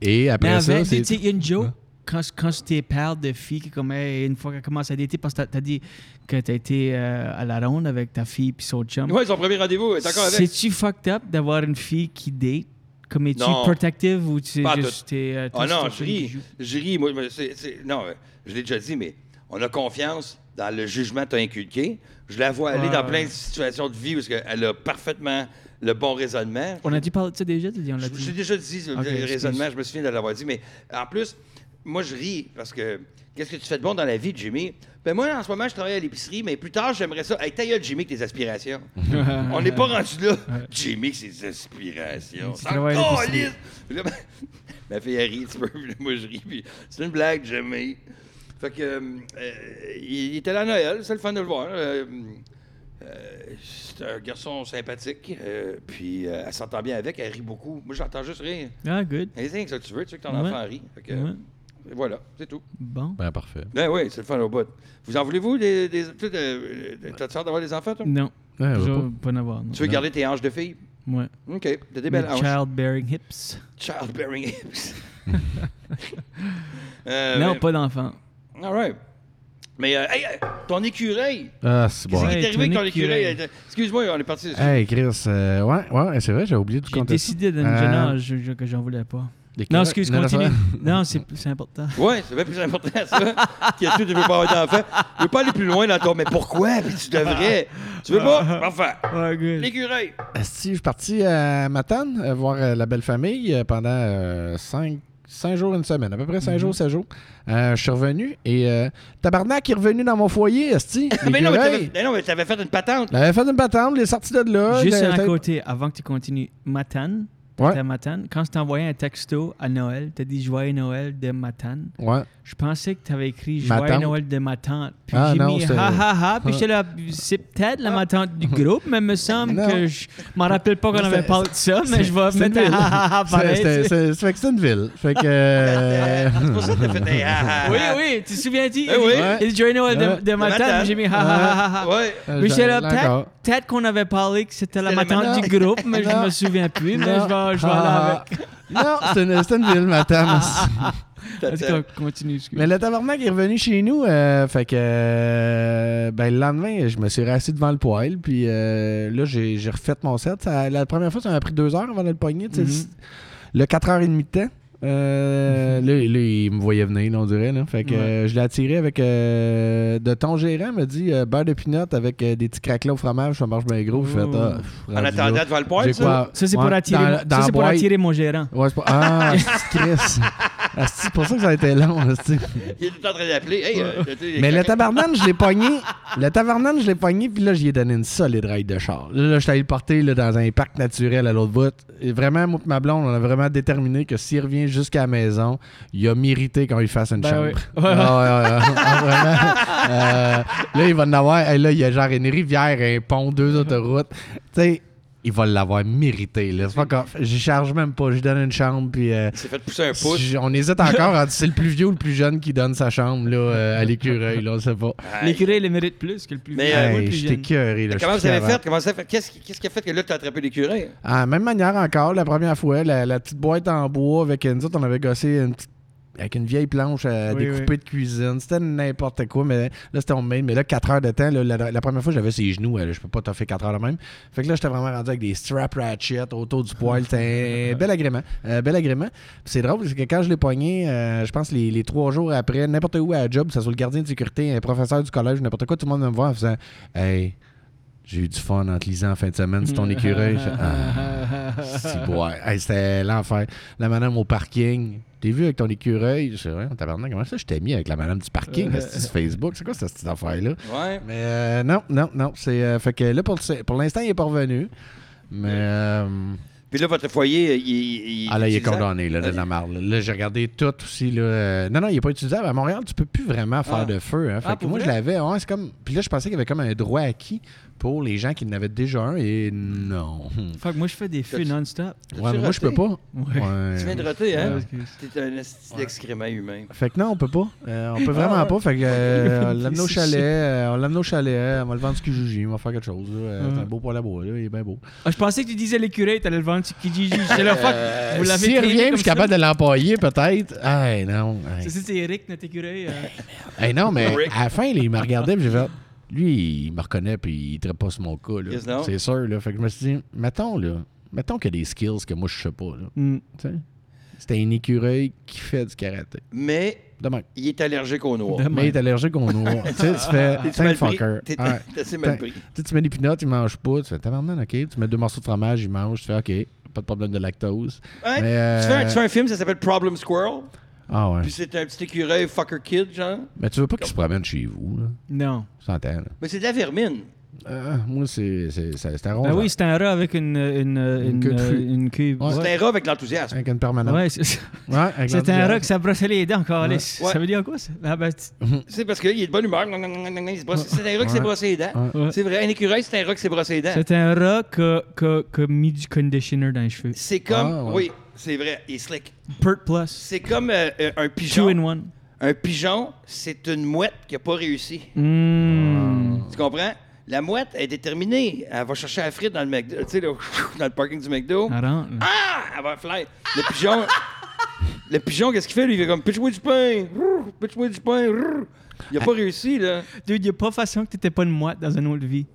Et
Mais
après
en
ça,
fait,
c'est.
tu sais, il y a une joke. Quand, quand tu t'es parles de filles qui, comme, hey, une fois qu'elle commence à dater, parce que t'as- t'as dit que t'as été euh, à la ronde avec ta fille puis son chum.
Ouais, son premier rendez-vous, est encore avec.
C'est-tu fucked up d'avoir une fille qui date? Comme es-tu
Non.
protective ou tu
Pas
sais juste t'es... euh, t'es
Ah
juste
non,
ton
je
chum qui
ris.
joue?
Je ris. Moi, mais c'est- c'est- non, euh, je l'ai déjà dit, mais on a confiance dans le jugement que tu as inculqué. Je la vois aller
Ouais,
dans
ouais.
plein de situations de vie où elle a parfaitement le bon raisonnement.
On a dû parler de ça déjà, tu dis, on l'a
Je- J'ai
dit.
déjà dit le
Ok, excuse.
raisonnement, je me souviens de l'avoir dit, mais en plus, moi je ris parce que qu'est-ce que tu fais de bon dans la vie, Jimmy? Ben moi en ce moment je travaille à l'épicerie, mais plus tard j'aimerais ça. Hey, ta gueule, Jimmy, avec tes aspirations. On n'est pas rendu là. Jimmy, avec ses aspirations.
Tu
Ça
travailles à l'épicerie.
calisse! Puis là, ma- Ma fille elle rit, tu peux, puis là, moi je ris, puis c'est une blague, Jimmy. Fait que euh, euh, il il était là à Noël, c'est le fun de le voir. Euh, c'est un garçon sympathique, euh, puis euh, elle s'entend bien avec, elle rit beaucoup. Moi, j'entends juste rire.
Ah, good.
Mais C'est rien que ça que tu veux, tu sais que ton
Ouais.
enfant rit. Fait que,
Ouais.
et Voilà, c'est tout.
Bon.
Ben, parfait.
Ben oui, c'est le fun au bout. Vous en voulez-vous des. des, tu sais, de- de- T'as-tu hâte d'avoir des enfants, toi?
Non.
Ouais,
je
va
vais pas en avoir, non.
Tu veux garder tes hanches de fille?
Ouais.
OK, t'as des
Mes
belles hanches.
childbearing hips.
Childbearing hips. Euh,
non,
mais-
pas d'enfant.
All right. Mais, euh, hey, euh, ton écureuil!
Ah, c'est
Qu'est-ce qui
bon.
Ouais,
est arrivé avec
ton
ton écureuil? Euh,
écureuil.
Excuse-moi, on est parti.
Hey, Chris, euh, ouais, ouais, c'est vrai, j'ai oublié de
J'ai
compter.
décidé d'un
Euh,
jeune âge je- que j'en voulais pas.
des
Non,
cœurs.
excuse,
Non, non, ça
continue.
va.
Non, c'est c'est important.
Ouais, c'est bien plus important ça. que tu ne veux pas avoir d'enfant. Tu veux pas aller plus loin dans ton. Mais pourquoi? Puis tu devrais. Tu veux pas?
Ah.
Parfait.
Ouais, good.
L'écureuil. Ah,
Esti, Euh, je suis parti à Matane euh, voir euh, la belle famille euh, pendant 5 jours, une semaine, à peu près
Mm-hmm.
5 jours, 7 jours. Euh, je suis revenu et euh, Tabarnak est revenu dans mon foyer, Esti.
Mais non, mais t'avais-
l'écureuil.
mais non, mais t'avais fait une patente.
Il avait fait une patente, il est sorti de là.
Juste
il a-
à côté, avant que tu continues, Matane,
Ouais.
t'as Matane, quand je t'ai envoyé un texto à Noël, t'as dit Joyeux Noël de Matane.
Ouais.
Je pensais que t'avais écrit
Ma
Joyeux
tante.
Noël de ma tante. Puis
Ah,
j'ai
non,
mis
c'est- Ah.
ha ha ha. Puis j'étais là, c'est peut-être la ma tante du groupe, mais me semble
Non.
que je m'en rappelle pas qu'on
Non,
avait
c'est-
parlé de ça, mais je vais
C'est
mettre
une
un
ville.
ha ha ha
C'est-
Ah, pareil.
c'est-
tu sais.
c'est- c'est fait que c'est une ville. Fait que. euh,
C'est pour ça que t'as fait des.
Oui, oui, tu te souviens, dit
Eh oui.
Il dit Joyeux Noël de,
Ouais.
de ma
De ma
tante.
tante.
puis J'ai mis ha ha ha ha.
Ouais.
euh,
Mais j'étais là,
j'en-
peut-être
encore.
peut-être qu'on avait parlé que c'était la
C'était
ma
la
tante du groupe, mais je
Non.
me souviens plus. Mais je vais, je vais aller avec.
Ah, Non, c'est une, c'est une ville, Matane.
En tout cas, continue, excuse.
Mais le tabarnak est revenu chez nous. euh, fait que. euh, ben, le lendemain, je me suis rassis devant le poêle. Puis euh, là, j'ai j'ai refait mon set. Ça- la première fois, ça m'a pris deux heures avant de le pogner. tu
Mm-hmm.
sais,
Mhm.
c- Le 4h30 de temps. Euh,
Mm-hmm.
là, là, il me voyait venir, là, on dirait. Là. Fait que
Ouais.
euh, je l'ai attiré avec. euh, de ton gérant, il m'a dit euh, beurre de pinot avec euh, des petits craquelins au fromage. Ça marche bien gros. Je fais.
Oh.
Ah, pff,
En
rendu là.
attendant devant le poil,
J'ai
ça.
quoi-
Ça, c'est pour
Ouais,
attirer,
dans-
mon-
dans
ça,
la
c'est pour
boîte.
attirer mon gérant.
Ouais, c'est pas. Ah, c'est Chris. Ah, c'est pour ça que ça a été long. là, c'est-
Il est tout le temps en train d'appeler. Hey, euh, tu sais,
Mais
quand-
le tabarnane, je l'ai pogné. Le tabarnane, je l'ai pogné, puis là, j'y ai donné une solide ride de char. Là, là, je suis allé le porter là, dans un parc naturel à l'autre bout. Et vraiment, moi et ma blonde, on a vraiment déterminé que s'il revient jusqu'à la maison, il a mérité qu'on lui fasse une
Ben
chambre.
oui.
Ah, ouais, ouais, ouais. Ah, vraiment. Euh, là, il va en avoir. hey, là, il y a genre une rivière, un pont, deux autoroutes. Tu sais, il va l'avoir mérité. Là. C'est pas grave. J'y charge même pas. Je lui donne une chambre, puis. euh,
Il s'est fait pousser un pouce.
si- on hésite encore entre c'est le plus vieux ou le plus jeune qui donne sa chambre là, euh, à l'écureuil, là, on sait pas.
L'écureuil le mérite plus que le plus
Mais,
vieux.
euh,
Moi, le
Hey,
plus
j'étais
jeune.
écoeuré, là, je
Comment
suis
vous avez
plus
fait?
capable.
Comment ça fait? Qu'est-ce qui, qu'est-ce qui a fait que là, tu as attrapé l'écureuil?
Ah, même manière encore, la première fois, la, la petite boîte en bois avec nous autres, on avait gossé une petite- avec une vieille planche à
Oui,
découper
oui.
de cuisine. C'était n'importe quoi, mais là, c'était on mail. Mais là, 4 heures de temps, là, la, la première fois, j'avais ses genoux. euh, je peux pas t'en faire 4 heures de même. Fait que là, j'étais vraiment rendu avec des strap ratchets autour du poil. C'était un bel agrément. euh, bel agrément. Puis c'est drôle, parce que quand je l'ai pogné, euh, je pense les, les trois jours après, n'importe où à la job, que ce soit le gardien de sécurité, un professeur du collège, n'importe quoi, tout le monde venait me voir en faisant Hey, j'ai eu du fun en te lisant en fin de semaine, c'est
Mm.
ton écureuil. Je fais, Ah, c'est beau. Hey, c'était l'enfer. La madame au parking. T'es vu avec ton écureuil? Je sais, ouais, tabarnak, comment ça je t'ai mis avec la madame du parking esti, sur Facebook? C'est quoi cette petite affaire-là?
Ouais.
Mais euh, non, non, non. C'est, euh, fait que là, pour, le- pour l'instant, il est pas revenu. Mais euh,
Puis là, votre foyer, euh, il, il- il-
ah là, il est
utilisable?
condamné là, de la marde. Là, Là, j'ai regardé tout aussi. Là, euh, non, non, il n'est pas utilisable. À Montréal, tu peux plus vraiment faire
Ah.
de feu. hein. Fait
Ah,
que
pour
moi, je
vrai?
l'avais. ouais, c'est comme... Puis là, je pensais qu'il y avait comme un droit acquis pour les gens qui en avaient déjà un. Et non. Hmm.
Fait que moi, je fais des feux
T'as-tu-
non-stop.
T'as-tu
Ouais, mais moi, je peux
raté?
pas.
Ouais.
Ouais.
Tu viens de rater, hein?
Ouais.
T'es un esti d'excrément humain.
Fait que non, on peut pas. Euh, on peut vraiment
Ah.
pas. Fait que euh, on l'amène au chalet. euh, on l'amène au chalet. euh, On va le vendre du Kijiji. On va faire quelque chose. là. Euh, C'est
Hmm.
Ouais.
un beau poil à bois. là, Il est bien beau.
Ah, je pensais que tu disais l'écureuil, t'allais le vendre sur Kijiji. J'étais là, fuck,
Euh,
vous l'avez
S'il
traîné
revient, puis je
comme
suis
ça?
capable de l'empailler, peut-être. Hey, non.
C'est-
Hey.
C'est c'est Eric, notre écureuil. euh.
Hey, non, mais
Rick.
à la fin, là, il me regardait, puis j'ai fait. Lui, il me reconnaît, puis il traite pas sur mon cas. là.
Yes, non.
C'est sûr, là. Fait que je me suis dit, mettons, là. Mettons qu'il y a des skills que moi, je sais pas, là.
Mm.
Tu sais, C'était un écureuil qui fait du karaté.
Mais
Demain.
il est allergique au noir.
Mais il est allergique au noir. tu sais, tu fais.
T'es-tu
Thank
mal pris?
fucker.
T'es
Ouais.
t'es assez mal
T'in-
pris.
Tu sais, tu mets des pinottes, il mange pas. Tu fais tabarnak, OK. Tu mets deux morceaux de fromage, il mange. Tu fais OK. Pas de problème de lactose.
Ouais.
Mais, euh,
Hein? Tu, fais un, tu fais un film, ça s'appelle Problem Squirrel.
Ah ouais.
Puis c'est un petit écureuil fucker kid, genre.
Mais tu veux pas qu'il se promène chez vous, là.
Non.
Tu t'entends, là.
Mais c'est de la vermine.
Euh, moi, c'est c'est- c'est- c'est un rond.
Ben oui,
vert.
c'est un rat avec une, une,
Une
une,
queue de
euh,
fou.
une queue.
Ouais.
C'est un rat avec l'enthousiasme.
Avec une permanente.
Ouais, c'est ça.
Ouais, avec
C'était un
l'enthousiasme.
rat qui s'est brossé les dents, encore.
Ouais.
Ça veut dire quoi, ça? Ah, ben, tu-
C'est parce qu'il est de bonne humeur. Gnan, gnan, gnan, gnan, il se brosse- C'est un rat qui s'est
Ouais.
brossé les dents.
Ouais.
Ouais.
C'est vrai, un écureuil, c'est un rat qui s'est brossé les dents.
c'est un rat qui a- qui a mis du conditioner dans les cheveux.
C'est comme.
Ah, ouais.
Oui, c'est vrai, il est slick.
Pert Plus.
C'est comme euh, euh, un
Two
pigeon.
in one.
Un pigeon, c'est une mouette qui n'a pas réussi.
Mm.
Tu comprends? La mouette est déterminée. Elle va chercher la frite dans le McDo, tu sais, là, dans le parking du McDo.
Elle rentre, là.
Ah! Elle va fly. Le pigeon. le pigeon, qu'est-ce qu'il fait? Lui, il fait comme pitch-moi du pain! Rrr, Pitch-moi du pain! Rrr. Il
Ah.
a pas réussi, là.
Dude, y a pas façon que t'étais pas une moite dans une autre vie.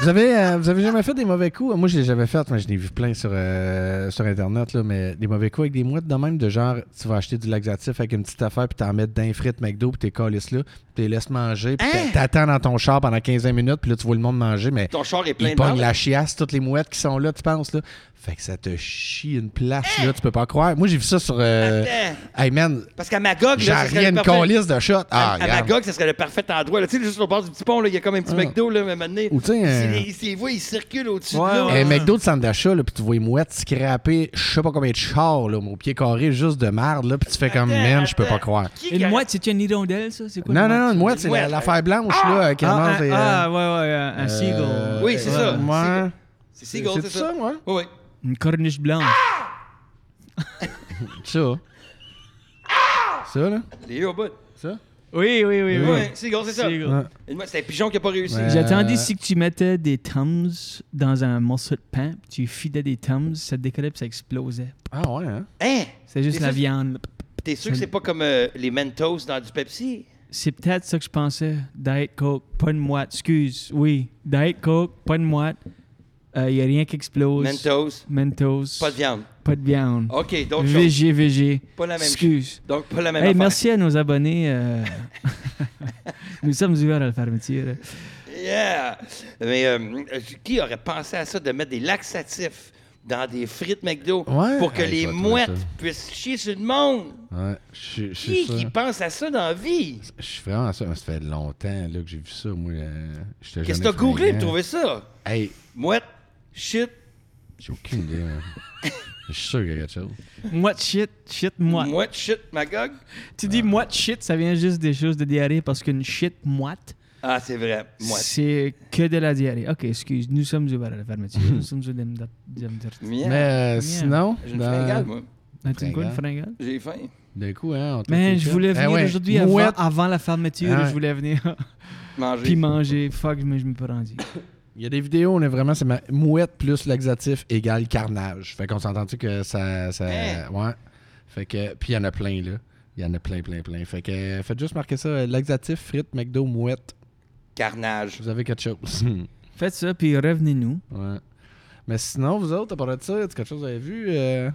Vous avez, euh, vous avez jamais fait des mauvais coups? Moi, je l'ai jamais fait, mais je l'ai vu plein sur, euh, sur Internet, là, mais des mauvais coups avec des mouettes de même, de genre, tu vas acheter du laxatif avec une petite affaire, puis t'en mets d'un frite McDo, puis t'es calisse là, puis t'es laisses manger, puis t'a- t'attends dans ton char pendant 15 minutes, puis là, tu vois le monde manger, mais
Hein? Ton char est plein
ils
de
pognent
marde.
la chiasse, toutes les mouettes qui sont là, tu penses, là. Fait que ça te chie une place, là, tu peux pas croire. Moi, j'ai vu ça sur... euh,
Attends.
Hey, man,
Parce qu'à Magog,
j'ai
là, ça serait
rien
le
une
parfait...
calisse de shot.
à,
Ah,
à
regarde.
Magog, ça serait le parfait endroit. là. Tu sais, juste au bord du petit pont, là, il y a comme un petit
Ah.
McDo, là, même année.
Ou tu sais, un-
Il s'y voit, il circule au-dessus
Ouais,
de l'eau.
ouais.
Un
Ah.
Euh, McDo de centre d'achat, là, puis tu vois les mouettes scraper, je sais pas combien de chars, là, mais au pied carré, juste de marde, là, puis tu fais comme,
Attends,
man, je peux
attends.
pas croire.
Qui qui
Une
a-
moite, c'est-tu une hirondelle, ça? C'est quoi?
Non, non, non, une mouette, c'est
mouette.
la- l'affaire blanche, là, qui
Ah,
mange
un-
et, euh,
ah, ouais, ouais, un, un
euh,
seagull.
Oui, c'est
ouais.
ça.
Ouais.
C'est Seagull, c'est ça.
moi?
Oui, oui.
Une corniche blanche.
Ça. Ça, là?
Les yeux au bout.
Ça?
Oui, oui, oui, oui.
Oui, Seagull, c'est ça.
Seagull.
Ouais.
Une moite, C'est un pigeon qui n'a pas réussi.
Ouais.
J'attendais
Euh,
si que tu mettais des Tums dans un morceau de pain, puis tu filais des Tums, ça décollait puis ça explosait.
Ah, ouais, hein?
Hein?
C'est juste
Et
la
ça,
viande.
T'es sûr que c'est pas comme euh, les Mentos dans du Pepsi?
C'est peut-être ça que je pensais. Diet Coke, pas de moite. Excuse, oui. Diet Coke, pas de moite. Il n'y a rien qui explose.
Mentos,
Mentos.
pas de viande.
Pas de viande.
OK, d'autres choses.
VG, VG.
Pas la même
Excuse.
Donc, pas la même
Hey,
affaire.
merci à nos abonnés. euh, Nous sommes ouverts à la fermeture.
Yeah! Mais euh, qui aurait pensé à ça de mettre des laxatifs dans des frites McDo
Ouais.
pour que
Hey,
les
je vais trouver
mouettes
ça.
puissent chier sur le monde.
Ouais, je je- je
Qui
suis
qui
sûr.
pense à ça dans la vie?
Je suis vraiment sûr. mais Ça fait longtemps là, que j'ai vu ça. Moi, euh, j'étais
Qu'est-ce que
jamais
t'as googlé
fringant.
pour trouver ça?
Hey,
Mouette, shit,
j'ai aucune idée. man. Je suis sûr qu'il y a quelque chose.
Moi, shit, shit, moi.
mouette, shit, magog.
Tu dis moi, shit, ça vient juste des choses de diarrhée parce qu'une shit, moite,
Ah, c'est vrai, mouette.
c'est que de la diarrhée. Ok, excuse, nous sommes ouverts à la fermeture. nous sommes ouverts à la fermeture.
Mien.
Mais euh, sinon, ben,
J'ai une
dans-
fringale, moi.
As-tu quoi, une fringale?
J'ai faim.
d'un coup, hein, on t'a
Man,
fait
je
ça.
voulais
Eh
venir
ouais,
aujourd'hui avant,
mouette.
avant la fermeture.
Ah ouais.
Je voulais venir
Manger.
puis manger. Fuck, mais je me suis pas rendu.
Il
Il y a des vidéos, on est vraiment, c'est ma- mouette plus laxatif égale carnage.
Fait qu'on s'entend-tu que ça. ça
Hein?
Ouais. Fait que. Puis il y en a plein, là. Il y en a plein, plein, plein. Fait que euh, faites juste marquer ça. euh, Laxatif, frites, McDo, mouette.
Carnage.
Vous avez quelque chose. ouais.
Faites ça, puis revenez-nous.
Mais sinon, vous autres, à part de ça, est-ce que quelque chose vous avez vu euh,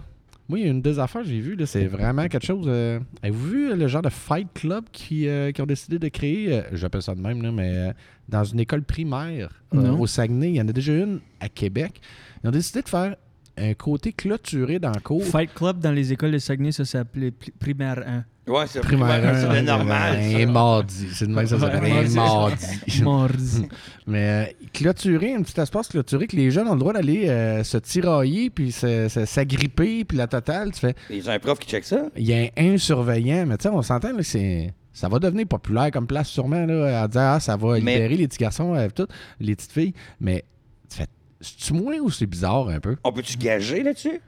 Moi, il y a une des affaires que j'ai vues, là. C'est vraiment quelque chose. euh, Avez-vous vu euh, le genre de fight club qui, euh, qui ont décidé de créer euh, J'appelle ça de même, là, mais euh, dans une école primaire euh,
Non.
au Saguenay. Il y en a déjà une à Québec. Ils ont décidé de faire un côté clôturé dans le cours.
Fight Club dans les écoles de Saguenay, ça s'appelait pli- primaire 1.
Ouais, c'est
primaire
primaire,
un, ben,
c'est
ouais,
normal.
un
ça.
mardi. C'est de même que ça s'appelle
Ouais,
un
mardi.
mardi.
Mordi.
Hmm. Mais euh, clôturer, un petit espace clôturé que les jeunes ont le droit d'aller euh, se tirailler, puis se- se- s'agripper, puis la totale, tu fais.
Ils ont un prof qui check ça.
Il y a un surveillant, mais tu sais, on s'entend, là, que c'est. Ça va devenir populaire comme place, sûrement, là, à dire, ah, ça va
Mais-
libérer les petits garçons, euh, tout, les petites filles. Mais tu fais, c'est-tu moins ou c'est bizarre un peu?
On peut-tu gager là-dessus?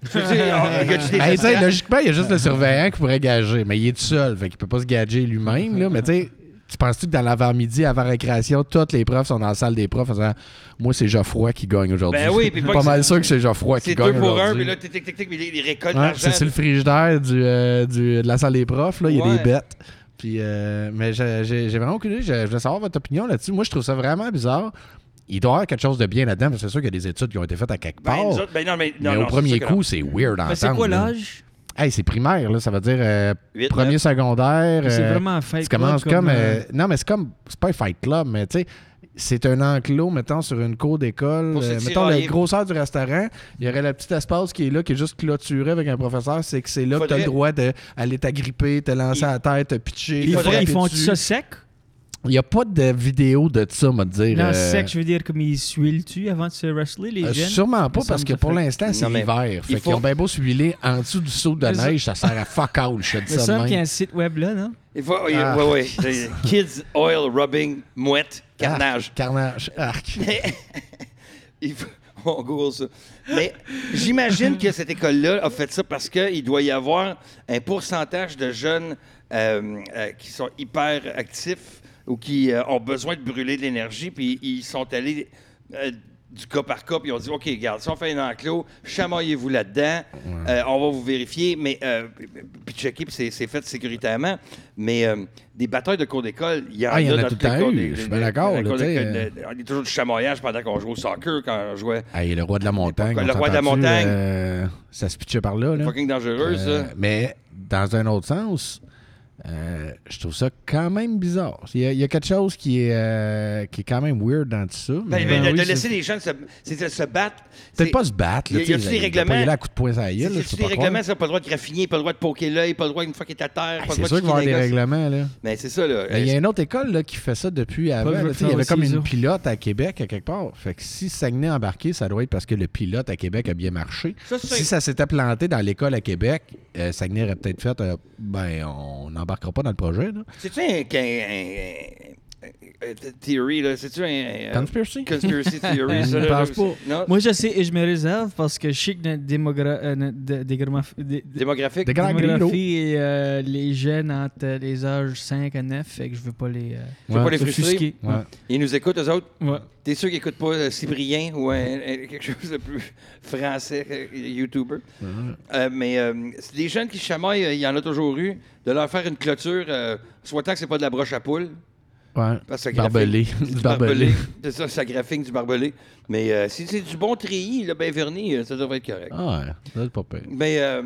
Je veux dire, on- y a-tu des
Ben, tu sais,
références?
logiquement, il y a juste le surveillant qui pourrait gager, mais il est tout seul, fait qu'il peut pas se gager lui-même. Là, mais tu sais, tu penses-tu que dans l'avant-midi, avant récréation, toutes les profs sont dans la salle des profs en disant Moi, c'est Geoffroy qui gagne aujourd'hui.
Ben oui, puis pas
pas
que
mal
c'est-
sûr que c'est Geoffroy qui
C'est
gagne
deux pour un,
aujourd'hui.
puis là, tic, tic, tic, tic, mais les, les récoltes
Ouais,
d'argent.
c'est sur le frigidaire du, euh, du- de la salle des profs, là, il y a
Ouais.
des bêtes. Puis, euh, mais j'ai- j'ai j'ai vraiment aucune idée. Je je voulais savoir votre opinion là-dessus. Moi, je trouve ça vraiment bizarre. Il doit y avoir quelque chose de bien là-dedans, parce que c'est sûr qu'il y a des études qui ont été faites à quelque
Ben,
part.
nous autres, ben non, mais, non,
mais
non,
au premier
c'est sûr que non.
coup, c'est weird
Mais c'est
entendre,
quoi
là.
l'âge?
Hey, c'est primaire, là, ça veut dire euh,
Huit,
premier
neuf.
secondaire.
C'est
euh,
vraiment un fight
Tu commences
club
comme.
comme,
euh,
euh,
non, mais c'est comme. C'est pas un fight club, mais tu sais, c'est un enclos, mettons, sur une cour d'école.
Pour se
euh, mettons, la
tirailler.
grosseur du restaurant, il y aurait le petit espace qui est là, qui est juste clôturé avec un professeur. C'est que c'est là que t'as
Faudrait-
le droit d'aller t'agripper, te lancer
Il-
à la tête, te pitcher.
Ils,
Il
te
faudrait-
font-
taper
ils font
dessus.
ça sec?
Il n'y a pas de vidéo de ça, me dire.
Non,
euh,
sec, je veux dire, comme ils s'huilent-tu avant de se wrestler, les
euh,
jeunes?
sûrement pas,
Ça
parce
me
que pour
fait-
l'instant, c'est
Non, mais
l'hiver. Fait
il faut-
qu'ils ont bien beau s'huiler en dessous du seau de
Mais ça-
neige, ça sert à fuck out, je te dis
Il me
ça de
semble qu'il y a
même.
un site web là, non?
Il faut, oui,
Ah. Ah.
ouais, ouais. C'est- Kids, oil, rubbing, mouette, carnage.
Arc, carnage, arc.
Il faut- on google ça. Mais j'imagine que cette école-là a fait ça parce qu'il doit y avoir un pourcentage de jeunes euh, euh, qui sont hyper actifs ou qui euh, ont besoin de brûler de l'énergie, puis ils sont allés euh, du cas par cas, puis ils ont dit, OK, regarde, si on fait un enclos, chamaillez-vous là-dedans, euh, on va vous vérifier, mais euh, puis checker, puis c'est- c'est fait sécuritairement. Mais euh, des batailles de cours d'école, il y en
Ah,
a,
il y en
dans
a tout
toutes les
le temps
cours
eu,
des-
je suis
des-
bien
des-
d'accord,
des
là,
cours
tu sais,
d'école
euh,
de- on est toujours du chamoyage pendant qu'on joue au soccer, quand on jouait.
Hey, le roi de la montagne.
Le
on
roi de la
s'entend-tu,
montagne.
euh, ça se pitchait par là. là.
Fucking dangereux,
Euh,
ça.
mais dans un autre sens, euh, je trouve ça quand même bizarre. Il y a, il y a quelque chose qui est, euh, qui est quand même weird dans tout ça. mais-
Ben, ben, de,
oui,
de
c'est-
laisser les jeunes se, c'est de se battre.
Peut-être
c'est-
pas se battre. Là,
Y a-
tu
y a-tu
sais,
des
il- il
règlements?
peut pas y aller à coups de poing à la
c'est-
gueule, là,
c'est-
je
C'est
peux
des
pas croire.
règlements, ça, pas le droit de graffiner, pas le droit de poker là, pas le droit de fucker ta terre,
Hey,
pas le
Ah, C'est
droit
sûr
de
qu'il va y avoir des
kicker les gosses.
règlements. Là.
Mais c'est ça, là.
Mais il y a une autre école là, qui fait ça depuis avant. là,
le
tu sais, Il y avait
faire
comme
aussi,
une
ça.
pilote à Québec, à quelque part. Fait que si Saguenay a embarqué, ça doit être parce que le pilote à Québec a bien marché.
Ça, c'est-
si ça s'était planté dans l'école à Québec, euh, Saguenay aurait peut-être fait euh, ben, on n'embarquera pas dans le projet. Là.
C'est-tu un. un- un- un- un- theory, là? C'est-tu un. un-
Conspiracy?
Conspiracy theory, ça,
Je
là?
pense
là,
pas.
c'est- Non?
Moi, je sais et je me réserve parce que je sais que notre démogra- euh, notre dé- dégrammaf- dé- dé-
Démographique.
Des grands grillos.
démographie et euh, les jeunes entre les âges 5 à 9, fait que je veux pas les... euh,
Je veux
Ouais.
pas les frustrer.
offusquer.
Ouais.
Ils nous écoutent, eux autres.
Ouais.
T'es sûr qu'ils n'écoutent pas euh, Cyprien ou un- un- quelque chose de plus français, euh, YouTuber? Euh, mais euh, c'est des jeunes qui se chamaillent, euh, il y en a toujours eu, de leur faire une clôture, euh, soit tant que c'est pas de la broche à poule.
Ouais.
Parce que ça
Barbelé.
graphique- c'est
Du barbelé.
C'est ça, ça graphique du barbelé. Mais euh, si c'est du bon treillis, le ben verni, euh, ça devrait être correct.
Ah ouais, ça doit être pas pire.
Mais euh,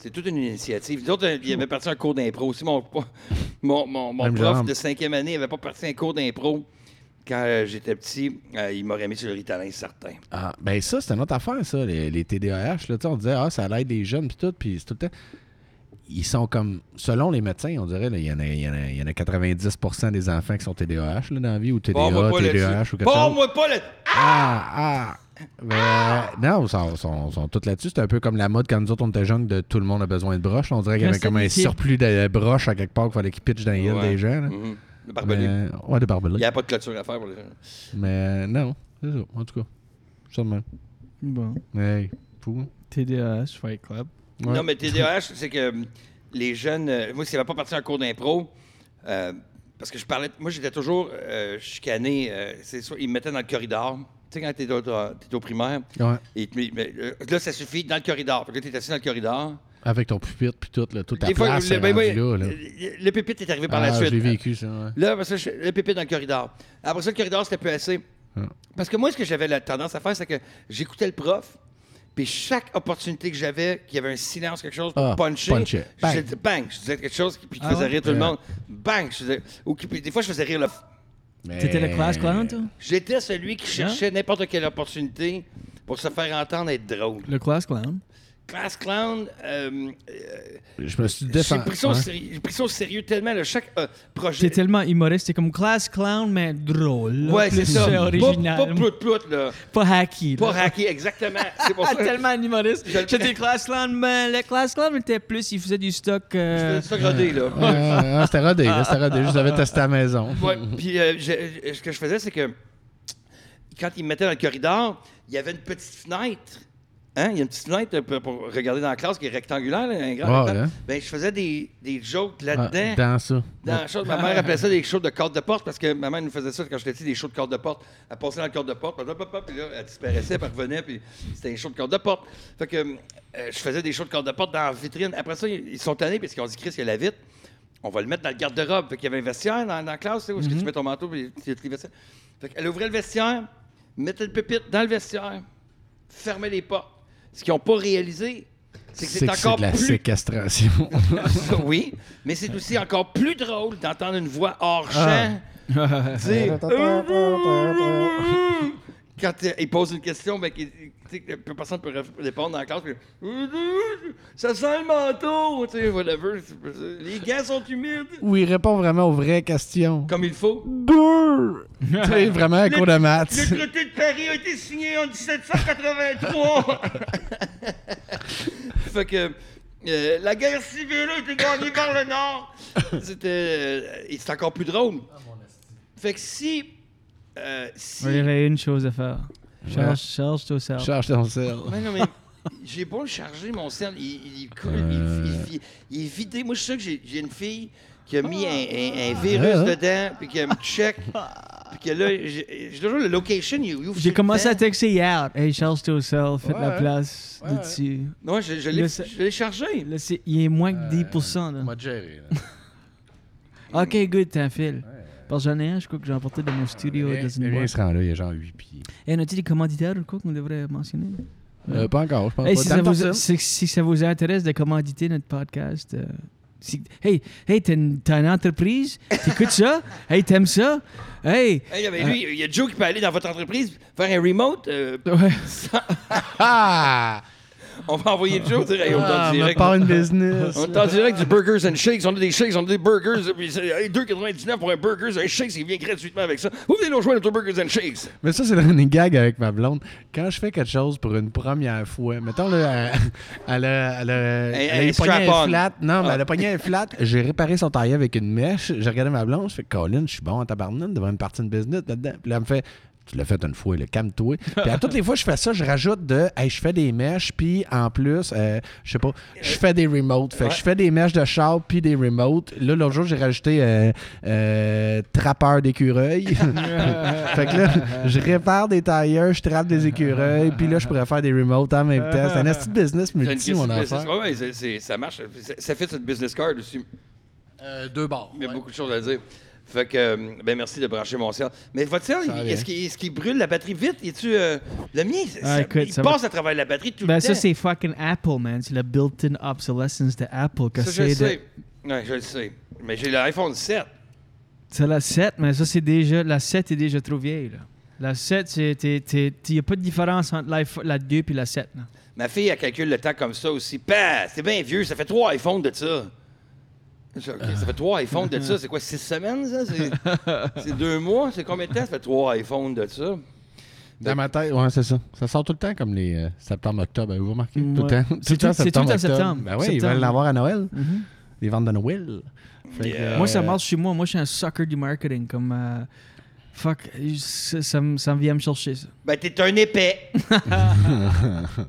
c'est toute une initiative. D'autres, euh, il y avait parti un cours d'impro aussi. Mon, mon, mon, mon
Même
prof
genre.
de cinquième année avait pas parti un cours d'impro Quand euh, j'étais petit, euh, il m'aurait mis sur le Ritalin, certain.
Ah, ben ça, c'est une autre affaire, ça, les, les TDAH. Là, tu sais, on disait, ah, ça l'aide les jeunes, puis tout, puis c'est tout le temps. Ils sont comme, selon les médecins, on dirait, là, il y, en a- il y en a- il y en a 90% des enfants qui sont TDAH là, dans la vie, ou TDA,
Bon, moi pas
TDAH,
là-dessus.
ou quelque
Bon,
chose.
moi pas là
Ah, ah. Ben, non, ils sont, sont, sont tous là-dessus. C'est un peu comme la mode quand nous autres, on était jeunes, de tout le monde a besoin de broches. On dirait qu'il y avait
Reste
comme un
liquide.
surplus de broches à quelque part qu'il fallait qu'ils pitchent dans les gueules
Ouais.
des gens. là.
Mhm. Le
Mais-
barbelé.
ouais, de
Il
barbelés.
n'y a pas de clôture à faire pour les gens.
Mais euh, non, c'est ça, en tout cas. Sûrement.
Bon.
Hey, fou. hein.
TDAH, Fight Club.
Ouais.
Non, mais TDAH, c'est que hum, les jeunes. euh, moi, ça va pas parti en cours d'impro. euh, parce que je parlais. Moi, j'étais toujours euh, chicané. euh, c'est soit ils me mettaient dans le corridor. Tu sais, quand t'es au, t'es au primaire,
Ouais.
ils te met- mais, euh, là, ça suffit, dans le corridor. Fait que là, t'es assis dans le corridor.
Avec ton pupitre, puis tout, là, toute ta
Des fois,
place,
le,
est
ben,
rendue
ben,
là, là.
le- le pépite est arrivé par
Ah,
la suite.
j'ai vécu ça, ouais.
Là, parce que je- le pépé dans le corridor. Après ça, le corridor, c'était plus assez.
Ah.
Parce que moi, ce que j'avais la tendance à faire, c'est que j'écoutais le prof, puis chaque opportunité que j'avais, qu'il y avait un silence, quelque chose pour
Ah,
puncher,
punchait. Bang.
je disais bang, je disais quelque chose, puis qui
Ah
faisait
ouais?
rire tout le
Ouais.
monde. Bang, je disais- ou qui- puis des fois, je faisais rire le. f-
Mais-
T'étais le class clown, toi?
J'étais celui qui cherchait n'importe quelle opportunité pour se faire entendre être drôle.
Le class clown.
Class clown, euh, euh,
Je me suis
j'ai
défendu.
pris, ça au séri- j'ai pris ça au sérieux tellement, là, chaque euh, projet.
T'es tellement humoriste, t'es comme class clown, mais drôle.
Ouais, c'est ça. Pas-
original.
Pas
Pas,
plout-plout, là.
hacky.
Pas raqué, exactement. C'est pour ça.
Ah, tellement un humoriste.
Je le-
J'étais class clown, mais le class clown était plus, il faisait du stock. euh,
C'est ça gradé, là.
c'était rodé, là, c'était rodé. Je vous avais testé à la maison.
Ouais, Puis euh, je- je- ce que je faisais, c'est que quand ils me mettaient dans le corridor, il y avait une petite fenêtre. Hein? Il y a une petite fenêtre pour, pour regarder dans la classe qui est rectangulaire, là, un grand
Ouais,
rectangle.
hein?
Ben, je faisais des, des jokes
Ah,
là-dedans.
dans ça.
Dans la chose, ma mère
Ah.
appelait ça des shows de corde de porte parce que ma mère nous faisait ça quand j'étais petit, des shows de corde de porte. Elle passait dans le corde de porte, hop, hop, hop, puis là, elle disparaissait, puis elle revenait, puis c'était des shows de corde de porte. Fait que euh, je faisais des shows de corde de porte dans la vitrine. Après ça, ils ils sont tannés parce qu'ils ont dit, Chris, il y a la vitre. On va le mettre dans le garde-robe. Fait qu'il y avait un vestiaire dans, dans la classe, tu sais, où
Mm-hmm.
est-ce que tu mets ton manteau, puis tu tu- le vestiaire. Fait qu'elle ouvrait le vestiaire, mettait le pépite dans le vestiaire, fermait les portes. Ce qu'ils n'ont pas réalisé, c'est que
C'est
c'est
que c'est
encore
de la
plus
séquestration.
oui, mais c'est aussi encore plus drôle d'entendre une voix hors champ dire quand euh, il pose une question, ben, qu'il- tu sais, que personne ne peut répondre dans la classe. puis, ça sent le manteau, tu sais, whatever. Les gars sont humides,
Où il répond vraiment aux vraies questions.
comme il faut.
Brrr! tu sais, vraiment un cours de maths.
Le traité de Paris a été signé en 1783. fait que euh, la guerre civile a été gagnée par le Nord. C'était euh, et c'est encore plus drôle. Fait que si euh, si
Il y avait une chose à faire. Charge, charge toi ça.
Charge ton sel.
Ouais, non, mais j'ai beau le charger, mon cerf. Il, il, il coule,
Euh.
il, il- il- il est vidé. Moi, je suis sûr que j'ai j'ai une fille qui a
Ah.
mis un, un- un virus
Ah.
dedans, puis qui me check. Puis que là, j'ai j'ai toujours le location. il ouvre tout
J'ai
le
commencé
temps.
à texter hier. Hey, charge toi ça, faites
Ouais,
la
ouais.
place
Ouais, ouais.
dessus.
Non, je, je l'ai-
Le sa-
je l'ai chargé.
Là, c'est- il est moins
Euh,
que 10%. Là.
géré.
Ok, good, t'as un fil. Parce que j'en ai un, je crois que j'ai emporté dans mon studio.
Eh,
dans une
Il
boîte.
se rend là, il y a genre 8 pieds.
Et on a-t-il des commanditaires ou quoi qu'on devrait mentionner?
Euh, Pas encore, je pense
Hey,
pas.
si, ça
Dans le
vous,
temps,
si, si ça vous intéresse de commanditer notre podcast, euh, si- hey, hey, t'as une, t'as une entreprise, t'écoutes ça, hey, t'aimes ça, hey,
Hey, non, mais lui, il y a Joe qui peut aller dans votre entreprise faire un remote. euh,
ouais,
sans-
Ah!
on va envoyer Joe dire hey, on est en
Ah, me
direct.
part une business.
On est en direct du Burgers and Shakes. On a des shakes, on a des burgers. Puis c'est, Euh, hey, 2,99 pour un burgers, un shakes, il vient gratuitement avec ça. Vous venez nous rejoindre au Burgers and Shakes.
Mais ça, c'est le running gag avec ma blonde. Quand je fais quelque chose pour une première fois, mettons, là, elle, elle a, elle a- elle a
un
eu pogné un
strap-on. Ah.
flat. Non, mais elle a pogné un flat. J'ai réparé son tailleur avec une mèche. J'ai regardé ma blonde. Je fais, Colin, je suis bon en tabarnane devant une partie de business là-dedans. Puis là, elle me fait, tu l'as fait une fois, le calme-toi. Puis à toutes les fois que je fais ça, je rajoute de, hey, je fais des mèches, puis en plus, euh, je sais pas, je fais des remotes. Fait que je fais des mèches de char, puis des remotes. Là, l'autre jour, j'ai rajouté euh, euh, trappeur d'écureuil. fait que là, je répare des tailleurs, je trappe des écureuils, puis là, je pourrais faire des remotes en même temps. C'est un petit business
C'est une
multi,
question
mon
de
affaire.
business. Ouais, ouais, c'est- c'est- ça marche. Ça, ça fait cette business card aussi.
Euh,
deux bords.
Il y a beaucoup de choses à dire. Fait que, euh, ben merci de brancher mon ciel. Mais votre ciel,
va
il-
bien.
est-ce qu'il est-ce qu'il brûle la batterie vite? Es-tu, euh, le mien, c'est-
Ah,
ça-
écoute,
il
ça va-
passe à travers la batterie tout
ben
le temps.
ça c'est fucking Apple, man, c'est la built-in obsolescence de Apple. que
Ça, je le
c'est de-
sais. Ouais, je le sais. Mais j'ai l'iPhone 7.
C'est la 7, mais ça, c'est déjà. La 7 est déjà trop vieille, là. La 7, il n'y a pas de différence entre l'iPhone- la 2 et la 7. là.
Ma fille, elle calcule le temps comme ça aussi. Bah, c'est bien vieux, ça fait trois iPhones de ça. Je- ok, Ça fait trois iPhones de ça. C'est quoi, six semaines, ça? C'est- C'est deux mois? C'est combien de temps ça fait trois iPhones de ça?
Dans ma tête, ouais, c'est ça. Ça sort tout le temps comme les euh, septembre-octobre, avez-vous remarqué? Tout
Ouais.
le temps.
C'est
le temps
tout- c'est tout le temps
septembre-octobre.
septembre.
Ben oui, ils
Septembre.
veulent l'avoir à Noël. Les ventes de Noël. Fait que,
Yeah.
euh,
Moi, ça marche chez moi. Moi, je suis un sucker du marketing. Comme. euh, fuck, ça, ça me ça me vient me chercher, ça.
Ben, t'es un épais.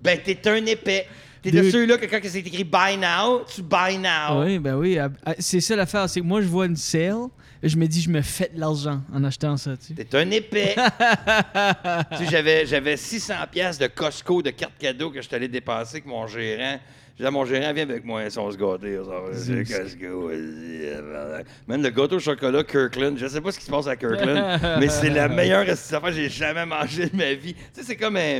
ben, t'es un épais. T'es de
Dude.
ceux-là que quand c'est écrit buy now, tu buy
Ah
now.
Oui, ben oui. à- à- C'est ça l'affaire. C'est que moi, je vois une sale et je me dis, je me fais de l'argent en achetant ça, tu sais.
T'es un épais. tu sais, j'avais, j'avais 600 pièces de Costco de cartes cadeaux que je t'allais dépenser avec mon gérant. J'ai dit à mon gérant, viens avec moi, si on se gâter. on s'en va chez Costco, vas-y, tabarnak. Même le gâteau au chocolat Kirkland, je sais pas ce qui se passe à Kirkland, mais c'est la meilleure affaire que j'ai jamais mangée de ma vie. Tu sais, c'est comme un,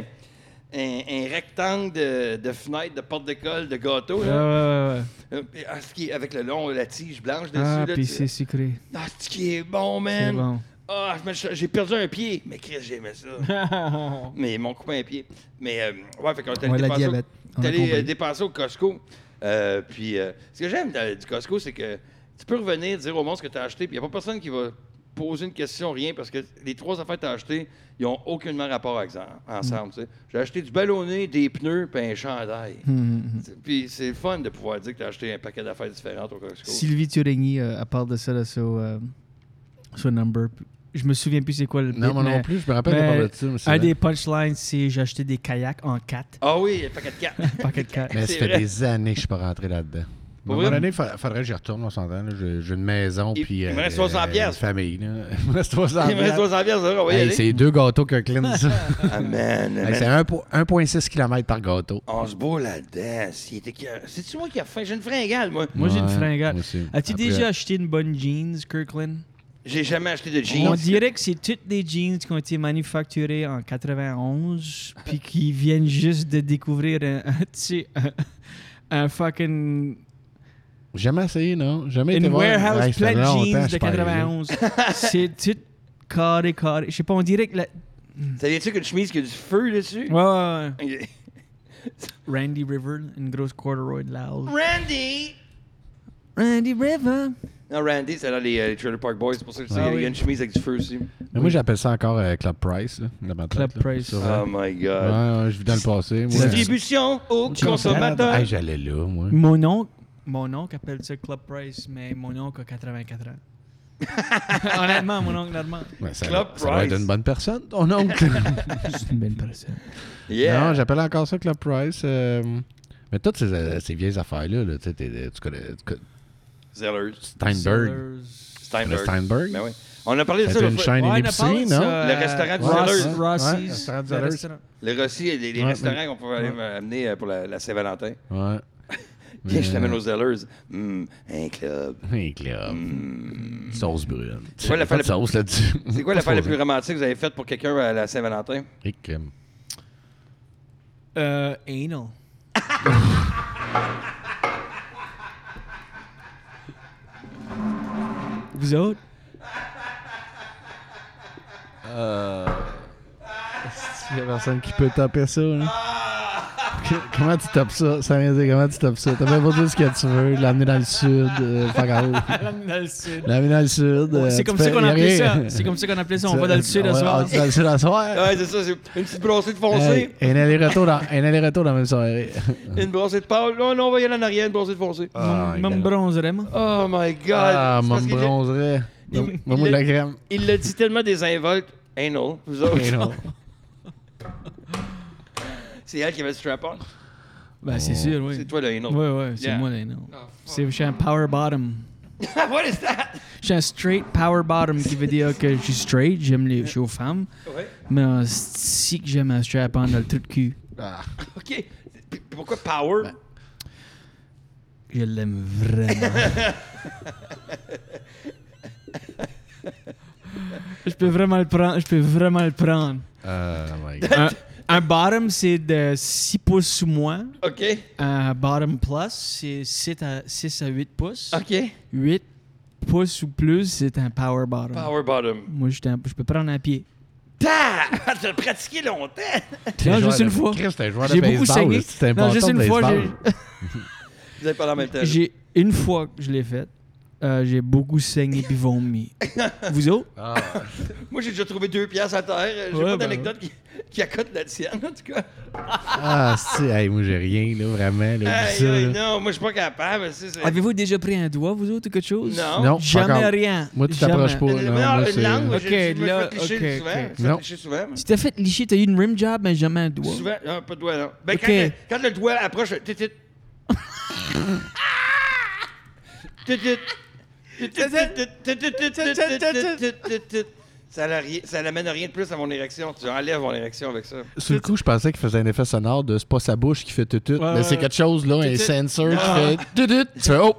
un- un rectangle de, de fenêtre, de porte d'école, de gâteau.
Ouais,
là.
ouais, ouais.
Euh, et, ah, ce qui est avec le long, la tige blanche dessus.
Ah,
là,
puis
tu-
c'est sucré.
Ah, ce qui est bon,
C'est
Hein?
man.
bon.
Ah, je me suis- j'ai perdu un pied. Mais Chris, j'aimais ça. Mais ils m'ont coupé un pied. Mais euh, ouais, fait qu'on est allé
Ouais, la
dépenser au-
diabète. On
t'es
a
allé,
compris.
euh, dépenser au Costco. Euh, puis euh, ce que j'aime euh, du Costco, c'est que tu peux revenir dire au monde ce que tu as acheté, puis il n'y a pas personne qui va poser une question, rien, parce que les trois affaires que tu as achetées, ils n'ont aucunement rapport avec ça-
Mm.
ensemble. tu sais. J'ai acheté du ballonnet, des pneus, puis un chandail.
Mm. Hum,
Puis c'est le fun de pouvoir dire que tu as acheté un paquet d'affaires différentes au
Oh.
Costco.
Sylvie Turigny, euh, à part de ça, là, sur, euh, sur Number. Je me souviens plus c'est quoi le
Non,
bit,
moi non
mais-
plus, je me rappelle
mais
pas de ça. mais c'est
Un
vrai.
des punchlines, c'est j'ai acheté des kayaks en 4.
Ah oui, un paquet de cartes.
Paquet de 4.
Mais ça
C'est
fait
vrai.
des années que je suis pas rentré là-dedans. À un
Pour
moment
vrai?
donné, fa- faudrait que j'y retourne, on s'entend. là. J'ai j'ai une maison,
Il-
puis.
il me
euh,
reste 60
une
piastres.
famille, là. Il me reste
Ah,
60
Il me reste
piastres.
300 piastres, on va y
Hey,
aller.
c'est deux gâteaux Kirkland, ça.
Ah, man,
Hey,
man.
c'est un po- 1,6 km par gâteau.
On se bourre Ah, là-dedans. S'il était que- C'est-tu moi qui a faim? J'ai une fringale, moi.
Moi, j'ai une
Ouais,
fringale.
moi aussi.
As-tu
Après-
déjà acheté une bonne jeans, Kirkland?
J'ai jamais acheté de
On
jeans.
dirait que c'est toutes des jeans qui ont été manufacturés en 91 puis qui viennent juste de découvrir un, un- tu sais, un- un fucking
Jamais essayé, non? Jamais
une
été voir.
warehouse
Hey, ça
plein
fait
de
longtemps
jeans
que je
de
suis pas allé là.
91. c'est tout carré carré. Je sais pas, on dirait que la...
Ça vient-tu qu'une chemise qui a du feu dessus?
Ouais, ouais, ouais.
Ok.
Randy River, une grosse corduroy de loud.
Randy!
Randy River.
Non, Randy, c'est là les, euh, les Trailer Park Boys. C'est pour ça que je sais,
Ah
il y
oui.
a une chemise avec du feu aussi.
Mais moi, j'appelle ça encore euh, Club Price. Là, dans ma tête,
Club
là.
Price.
Ça, ouais.
Oh my God.
Ouais, ouais, je vis dans le passé. moi.
Distribution aux consommateurs.
Hey, J'allais là, moi.
Mon oncle, mon oncle appelle ça Club Price, mais mon oncle a 84 ans. Honnêtement, mon oncle Normand.
Ouais, ça,
Club
ça doit être
Price.
une bonne personne, ton oncle.
C'est une belle personne.
Yeah.
Non, j'appelle encore ça Club Price. euh, mais toutes ces, euh, ces vieilles affaires-là, là, tu sais, t'es- euh, tu connais tu connais-
Zellers.
Steinberg.
Steinberg.
Le Steinberg?
Ben oui. On a parlé de ça.
C'était
l'autre
une
fois.
chaîne épicerie, non?
Le restaurant du
Zellers. Ouais, le
Rossi's.
restaurant du
Le
Zellers.
restaurant.
Les Rossi, les, les
Ouais,
restaurants
mais-
qu'on pouvait aller m'amener euh, pour la, la Saint-Valentin.
Ouais.
Viens, je
Mais-
t'amène aux Zellers. Hum, un club. Hum.
Hey, Club. Sauce brune. Tu
quoi
sais,
l'affaire
pas de
la-
sauce là-dessus.
C'est quoi l'affaire la plus romantique que vous avez faite pour quelqu'un à la Saint-Valentin?
romantique?
Euh, anal. Vous autres?
Il y a personne qui peut taper ça. là. Que- Comment tu tapes ça? Ça veut dire comment tu tapes ça? T'as même pas dit ce que tu veux. L'amener dans le sud. Euh, fuck all. L'amener dans le sud. euh,
C'est
tu
comme
fais-
ça qu'on
y a
appelait ça.
rien.
C'est comme ça qu'on appelait ça. On
Tu-
va dans le sud
on
à
va-
soir.
on va dans le sud à soir.
Ouais, Ah, c'est ça, c'est une petite brossée de
Hey,
foncé,
Un aller-retour dans un aller-retour dans la même soirée.
une brossée de pâle. Non, non, on va y aller en arrière, une brossée de foncé.
Ah, il
Même
est là.
bronze, vraiment.
Oh my God!
Ah,
C'est
mon
parce qu'il-
bronzerait.
Il-
Maman de
il-
la crème.
Il l'a dit tellement désinvolte. Hey non, vous autres.
Et non.
C'est elle qui avait le strap-on.
Ben,
Oh.
c'est sûr, oui.
C'est toi le hey non.
Ouais, ouais, c'est
Oh, Yeah.
moi, l'anal. C'est- Je suis un power bottom.
What is that?
Je suis un straight power bottom qui veut dire que je suis straight, j'aime les choses aux femmes,
Ouais.
mais euh, si que j'aime un strap-on dans le trou de cul,
OK. Puis Pourquoi power?
je l'aime vraiment. je peux vraiment le prendre, je peux vraiment le prendre.
Ah, my God.
Un, un bottom, c'est de 6 pouces sous moi.
OK.
Un bottom plus, c'est 6 à, 6 à 8 pouces.
OK.
8 pouces ou plus, c'est un power bottom.
Power bottom.
Moi, j'étais un- je peux prendre un pied.
Ta! T'as Ah, pratiqué longtemps!
Non, juste une fois.
Christ, t'es un joueur de
J'ai beaucoup
baseball,
saigné.
c'est un
Non,
bâton
juste
de
une fois,
baseball.
j'ai-
Vous avez parlé en même temps.
j'ai une fois que je l'ai faite, euh, j'ai beaucoup saigné puis vomi. Vous autres?
Moi, j'ai déjà trouvé deux pièces à terre. J'ai
Ouais,
pas
ben
d'anecdote qui, qui accote la tienne, en tout cas.
Ah, si, hey, moi j'ai rien, là, vraiment. Là,
Hey,
ça,
hey,
là.
non, moi, je suis pas capable. mais c'est- c'est-
Avez-vous déjà pris un doigt, vous autres, ou quelque chose?
Non.
Non,
Jamais
encore.
rien.
Moi, tu t'approches
Jamais.
pas.
Une,
Non,
non,
moi,
une
c'est-
langue, moi,
Ok,
j'ai je me
là,
fais clicher
ok,
souvent. Je me
ok.
fais
Non.
clicher souvent. mais-
Tu t'es fait licher, t'as eu une rim job, mais jamais un doigt.
Souvent, non, pas de doigt, non. Ben,
Ok.
quand, quand le doigt approche, tit tit. Tit, tit. Tit, tit, tit, tit, tit, tit, tit, tit, tit. Ça l'a ri- ça l'amène à rien de plus à mon érection. Tu enlèves mon érection avec ça.
Sur le coup, je pensais qu'il faisait un effet sonore de c'est pas sa bouche qui fait tutut, mais
ouais.
c'est quelque chose, là, un
Tutut.
sensor qui fait tutut. Tu fais oh!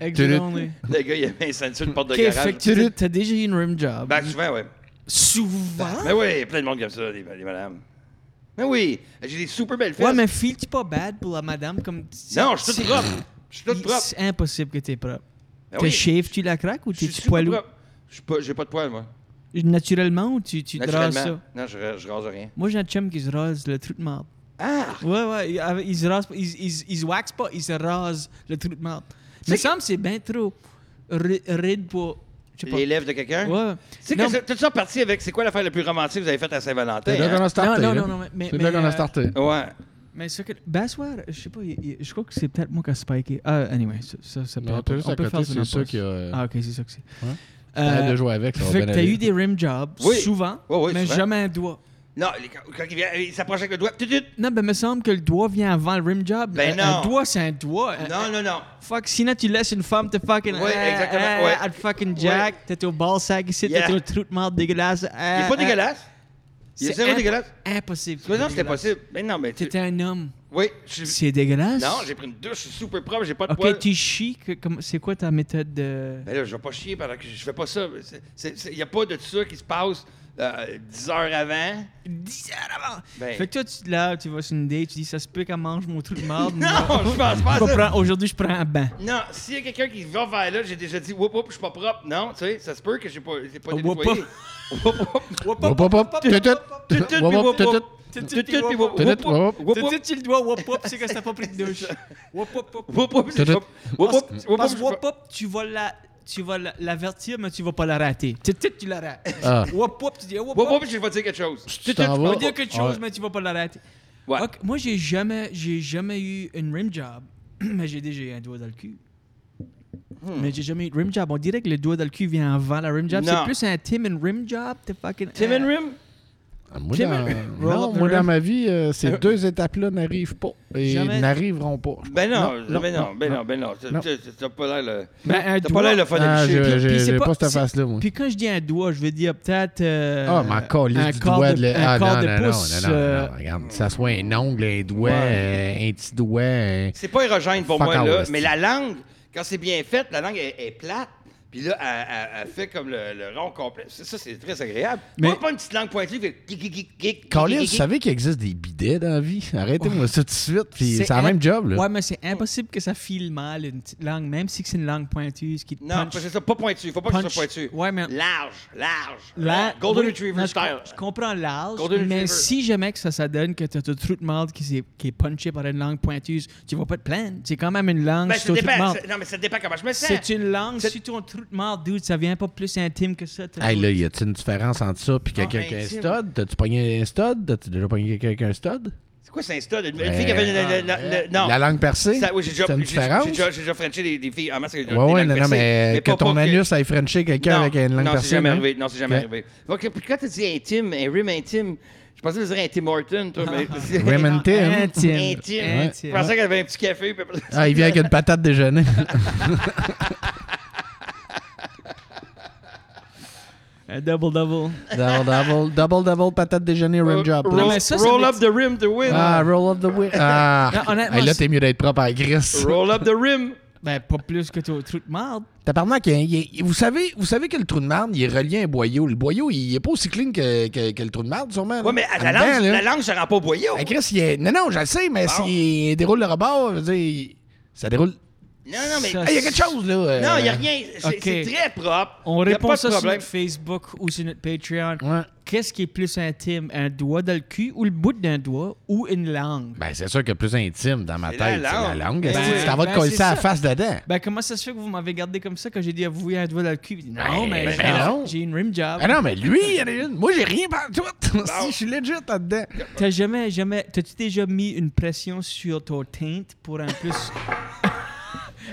Excellent, oui.
Le gars, il avait un ceinture de porte de
Ok, fait
garage.
que tu- t'as déjà eu une rim job.
Ben, souvent, ouais.
Souvent?
Mais oui, plein de monde comme ça, des, des madames. Mais oui, j'ai des super belles fesses.
Ouais, mais feel-tu pas bad pour la madame? comme
Non, je suis
c'est-
tout propre. Je suis tout propre.
C'est impossible que t'es propre.
Ben
T'es
oui,
shave, tu la craques ou
je suis
t'es-tu
tout
poilou?
propre. Je suis pas- J'ai pas de poils, moi.
Naturellement ou tu, tu te rases
Naturellement.
ça?
Non, je, ra- je rase rien.
Moi, j'ai un chum qui se rase le trou de marde.
Ah!
Ouais, ouais, il, avec- il se rase pas, il, il, il se wax pas, il se rase le trou de marde. Mais
que-
ça me semble que c'est bien trop ri- ride pour. Je sais pas.
Les lèvres de quelqu'un?
Ouais.
C'est
Non,
que c'est- tout ça parti avec c'est quoi l'affaire la plus romantique que vous avez faite à Saint-Valentin?
C'est là qu'on
hein?
a starté.
euh, Non, non,
là.
non, non, mais- mais-
C'est là
mais,
qu'on a
euh,
starté.
Ouais.
Mais ça que. Bassoir, je sais pas, il- il- je crois que c'est peut-être moi qui a spiké. Ah, anyway, ça, ça, ça peut
Non, t'es juste à côté,
ça dans
c'est ça
le
qui a. euh,
Ah, ok, c'est ça que c'est.
Ouais.
Euh,
Arrête de jouer avec, ça va
fait que
bien
t'as
aller.
eu des rim jobs,
Oui.
souvent,
Ouais, ouais,
mais
souvent.
jamais un doigt.
Non, les- quand, quand il vient, il s'approche avec le doigt. Tut, tut.
Non, ben, me semble que le doigt vient avant le rim job.
Ben
un, un
non.
doigt, c'est un doigt. Un-
Non, non, non.
Fuck, sinon tu laisses une femme te fucking.
Ouais,
euh,
exactement,
euh,
ouais.
Elle te fucking jack, t'es t'es au ball sac ici,
Yeah.
t'es au trou de marde dégueulasse.
Il est pas dégueulasse. Il est zéro
euh, imp-
dégueulasse.
Impossible.
Mais non, c'était possible. Mais non, mais tu.
T'étais un homme.
Oui, je suis.
C'est dégueulasse.
Non, j'ai pris une douche, je suis super propre, j'ai pas de poils.
Ok, tu chies. que- comme- C'est quoi ta méthode de.
Ben là, je vais pas chier pendant que je fais pas ça. Il n'y a pas de ça qui se passe euh, 10 heures avant.
10 heures avant.
Ben-
Fait que toi, tu te laves, tu vas sur une date, tu dis ça se peut qu'elle mange mon trou de marde.
Non, je pense pas à
Je vais
ça.
prendre- Aujourd'hui, je prends un bain.
Non, s'il y a quelqu'un qui va vers là, j'ai déjà dit, whoop, whoop, je suis pas propre. Non, tu sais, ça se peut que j'ai pas, j'ai pas été
Whoop,
nettoyé. Whoop, whoop.
Wop,
Hop, hop, hop, tutut,
Tut, tut,
tutut,
puis
hop, hop,
whoop,
tutut.
whoop. Tut, tut, puis whoop, whoop.
Tutut, whoop, wop.
Whoop, whoop.
tu le doigt, wop, wop, c'est que t'as pas pris de douche. Wop, wop, wop.
Whoop, whoop, c'est
Tut,
whoop. Whoop, whoop,
Parce-
whoop,
Parce
whoop,
que Wop Up, tu vas la. Tu vas la- l'avertir, mais tu vas pas la rater. Tu tu- tu la rates.
Ah.
Wop Up, tu dis Wop
Whoop,
Up.
whoop, je vais dire quelque chose.
Tu t'en
Tu vas
vas.
dire quelque
Ah, Ouais.
chose, mais tu vas pas la rater.
Ouais.
Ok, moi, j'ai jamais, j'ai jamais eu une rim job, mais j'ai déjà eu un doigt dans le cul. Mais j'ai jamais eu de rim job. On dirait que le doigt dans le cul vient avant la rim job.
Non.
C'est plus un Tim and rim job. T'es fucking. euh,
Tim and Rim?
Ah, Moi,
Tim-
dans,
Roll
non,
up the
moi, dans
rim.
ma vie, euh, ces deux étapes-là n'arrivent pas et
Jamais.
n'arriveront pas. je
Ben non,
Non,
ben
non,
non, ben non, ben non. T'as-
non.
t'as- T'as pas l'air le.
Mais un
T'as pas
doigt.
l'air le fun
Ah,
à
je-
licher.
je-
puis c'est
J'ai
pas-
pas cette
c'est-
face-là, moi.
Puis quand je dis un doigt, je veux dire peut-être. euh,
Ah, mais encore
un
liste du
quart
doigt.
de-
de la-
un
Ah, non,
quart de
non, non,
pouce,
non, non,
euh,
non, regarde, que ça soit un ongle, un doigt, euh, un petit doigt. un-
C'est pas érogène pour
Fuck
moi,
out,
là.
hostie.
Mais la langue, quand c'est bien fait, la langue est, est plate. Puis là, elle, elle- elle fait comme le, le rond complet. Ça, ça, c'est très agréable.
Mais-
Pas, pas une petite langue pointue. Fait... kick, kick, kick, kick,
Colin,
kick,
vous
kick,
savez qu'il existe des bidets dans la vie? Arrêtez-moi ça tout de suite. Puis
C'est
c'est la même
imp-
job,
Ouais,
là.
mais c'est impossible que ça file mal une petite langue, même si c'est une langue pointueuse qui te
Non,
punch.
parce que c'est ça, pas pointu. Faut pas que ce
Punch.
soit pointu.
Ouais, mais-
Large, large.
La-
Golden
oui,
Retriever
non, je,
style.
com- je comprends l'âge,
Golden
mais
Retriever.
si jamais que ça, ça donne que t'as ton trou de marde qui, s'est- qui est punché par une langue pointueuse, tu vas pas te plaindre. C'est quand même une langue
Ben,
sur
ça
ton trou de
dépend.
marde.
ça- Non, mais ça dépend comment je me sens.
C'est une langue
C'est-
sur ton trou de marde, dude. Ça vient pas plus intime que ça. ton
Hey,
trou-
là, y a-t-il une différence entre ça
Ah,
puis quelqu'un qui a un
intime.
stud? T'as-tu pogné un stud? T'as-tu déjà pogné quelqu'un qui a un stud?
C'est quoi, c'est un stud? Une une fille qui avait. le- le- le- le- Non.
La langue percée?
Ça, oui, j'ai déjà,
C'est une
j'ai- j'ai
différence?
déjà, j'ai déjà frenché des, des filles Ah, en masse. avec des-
Ouais,
des
ouais,
langues
non, non,
percées.
mais, que
pas- pas
ton
que-
anus aille frencher quelqu'un
Non,
avec une langue
non,
percée.
c'est jamais
non?
arrivé. Non, c'est jamais
Ok.
arrivé. Donc, puis quand tu dis intime, un rim intime, je pensais que tu disais un Tim Horton, toi, mais.
Rim and Tim.
Intime.
Intime.
Ouais.
Je pensais qu'elle avait un petit café. puis après-
Ah, il vient avec une patate déjeuner.
Un double double.
double, double, double, double, patate déjeuner,
Euh,
rim job. please.
Roll,
mais ça, ça
roll
veut
up the rim to win.
Ah, roll up the wheel. Ah,
Non, honnêtement,
Hey, là,
c'est-
t'es mieux d'être propre à Gris.
Roll up the rim.
Ben, pas plus que ton trou de marde.
Tabarnak, hein, il est- vous savez, vous savez que le trou de marde, il est relié à un boyau. Le boyau, il est pas aussi clean que, que- que le trou de marde, sûrement.
Ouais, mais à la langue, la langue, ça rend pas au boyau.
Chris, il est... Non, non, je le sais, mais
Bon.
s'il déroule le rebord, je veux dire, il- ça déroule
Non, non, mais.
Ça,
Hey,
Il y a quelque chose, là. euh,
Ah, non, il n'y a rien. C'est
ok.
c'est très propre.
On
Y a
répond
pas de
ça sur
problème.
notre Facebook ou sur notre Patreon.
Ouais.
Qu'est-ce qui est plus intime, un doigt dans le cul ou le bout d'un doigt ou une langue?
Ben, c'est sûr que plus intime dans ma
C'est
tête,
la
c'est la
langue.
langue.
Ben,
Est-ce que tu t'en vas
ben,
te coller
c'est
ça à la
ça.
face dedans.
Ben, comment ça se fait que vous m'avez gardé comme ça quand j'ai dit à vous un doigt dans le cul? Puis, Non, Ben
Ben,
mais
ben
genre,
non.
j'ai une rim job.
Ah non, mais lui, il y en a une. Moi, j'ai rien par tout. si, je suis legit là-dedans.
T'as jamais, jamais, t'as-tu déjà mis une pression sur ton teinte pour un plus.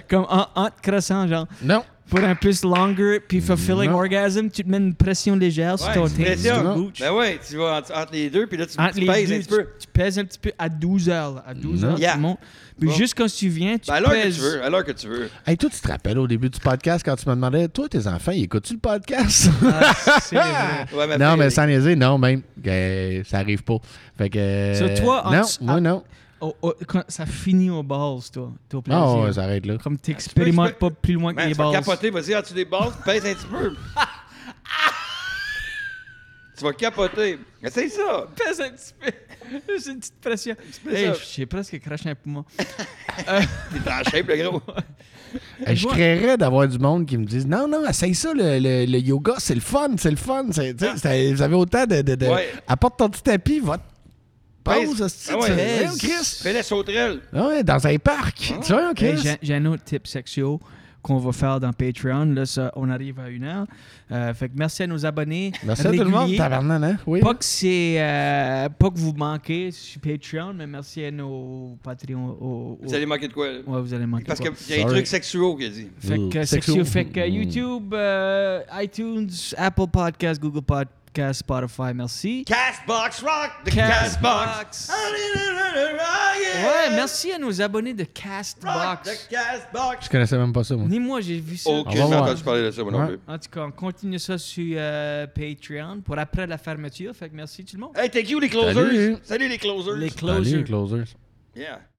comme en, en te crassant, genre,
Non.
pour un plus longer puis fulfilling
Non.
orgasm, tu te mets une pression légère sur
Ouais,
ton
tu
teinte. sur
pressionnes.
ton gooch.
Ben ouais, tu vas entre, entre les deux, puis là, tu,
Entre
tu
les
pèses
deux,
un petit
tu,
peu.
tu pèses un petit peu à 12 heures. là, À 12 heures,
Yeah.
tout le monde. Puis
Bon.
juste quand tu viens, tu
Ben, à l'heure que
pèses.
tu veux, à l'heure que tu veux.
Hey, toi, tu te rappelles au début du podcast quand tu me demandais, toi, tes enfants, ils écoutent-tu le podcast?
Ah, c'est vrai.
Ouais, ben, ma
non,
fille,
mais
elle-
sans niaiser, non, même. euh, ça arrive pas. Fait que. euh,
So, toi, en
non,
dessous-
moi,
ah,
non.
Oh, oh, quand ça finit aux balls, toi, ton plaisir.
Non, Ah, ouais, Oh, ça arrête là.
Ah, hein. Comme t'expérimentes
tu peux-
pas plus loin que
Man,
les
tu vas
balls.
capoter, vas-y, ah, tu des balles, pèse un petit peu. tu vas capoter. Essaye ça.
pèse un petit peu. J'ai une petite pression.
peu
Hey,
ça.
j'ai presque craché un poumon.
T'es dans la shape, le gros.
Hey, je
Moi-
créerais d'avoir du monde qui me dise non, non, essaye ça, le, le- le yoga, c'est le fun, c'est le fun. c'est- tu sais, c'est- Vous avez autant de. de- de-
Ah. Ouais.
Apporte ton petit tapis, va te
Pèse.
pose, hostie,
Ah ouais,
tu-
pèse.
Voyons, Chris. Ah
Fais la sauterelle.
Ouais, dans un parc.
Ah.
Tu vois, Chris.
Hey, j'ai- j'ai un autre tip sexuel qu'on va faire dans Patreon. Là, ça, on arrive à une heure. Euh, fait que merci à nos abonnés.
Merci à tout le monde,
réguliers.
tabarnan, hein? Oui.
Pas que, c'est, euh, pas que vous manquez sur Patreon, mais merci à nos Patreons. aux- aux-
Vous allez manquer de quoi, là?
Ouais, vous allez manquer.
Parce
quoi.
qu'il y a des
Sorry.
trucs sexuels qu'il a dit.
Fait que,
Ouh,
sexuel,
sexuel.
fait que
Mm.
YouTube, euh, iTunes, Apple Podcast, Google Podcast, Spotify, merci.
Castbox Rock, the
Castbox.
Castbox. Ouais,
Ouais, merci à nos abonnés de
Rock,
Castbox.
the Castbox.
Je connaissais même pas ça, moi.
Ni moi, j'ai vu ça.
Ok, j'ai
On va
entendu parler de ça, moi non
Ouais.
plus.
En tout cas, on continue ça sur euh, Patreon pour après la fermeture. Fait que merci tout le monde.
Hey, thank you, les closers.
Salut.
Salut, les closers.
Les
Allez,
closures.
closers.
Yeah.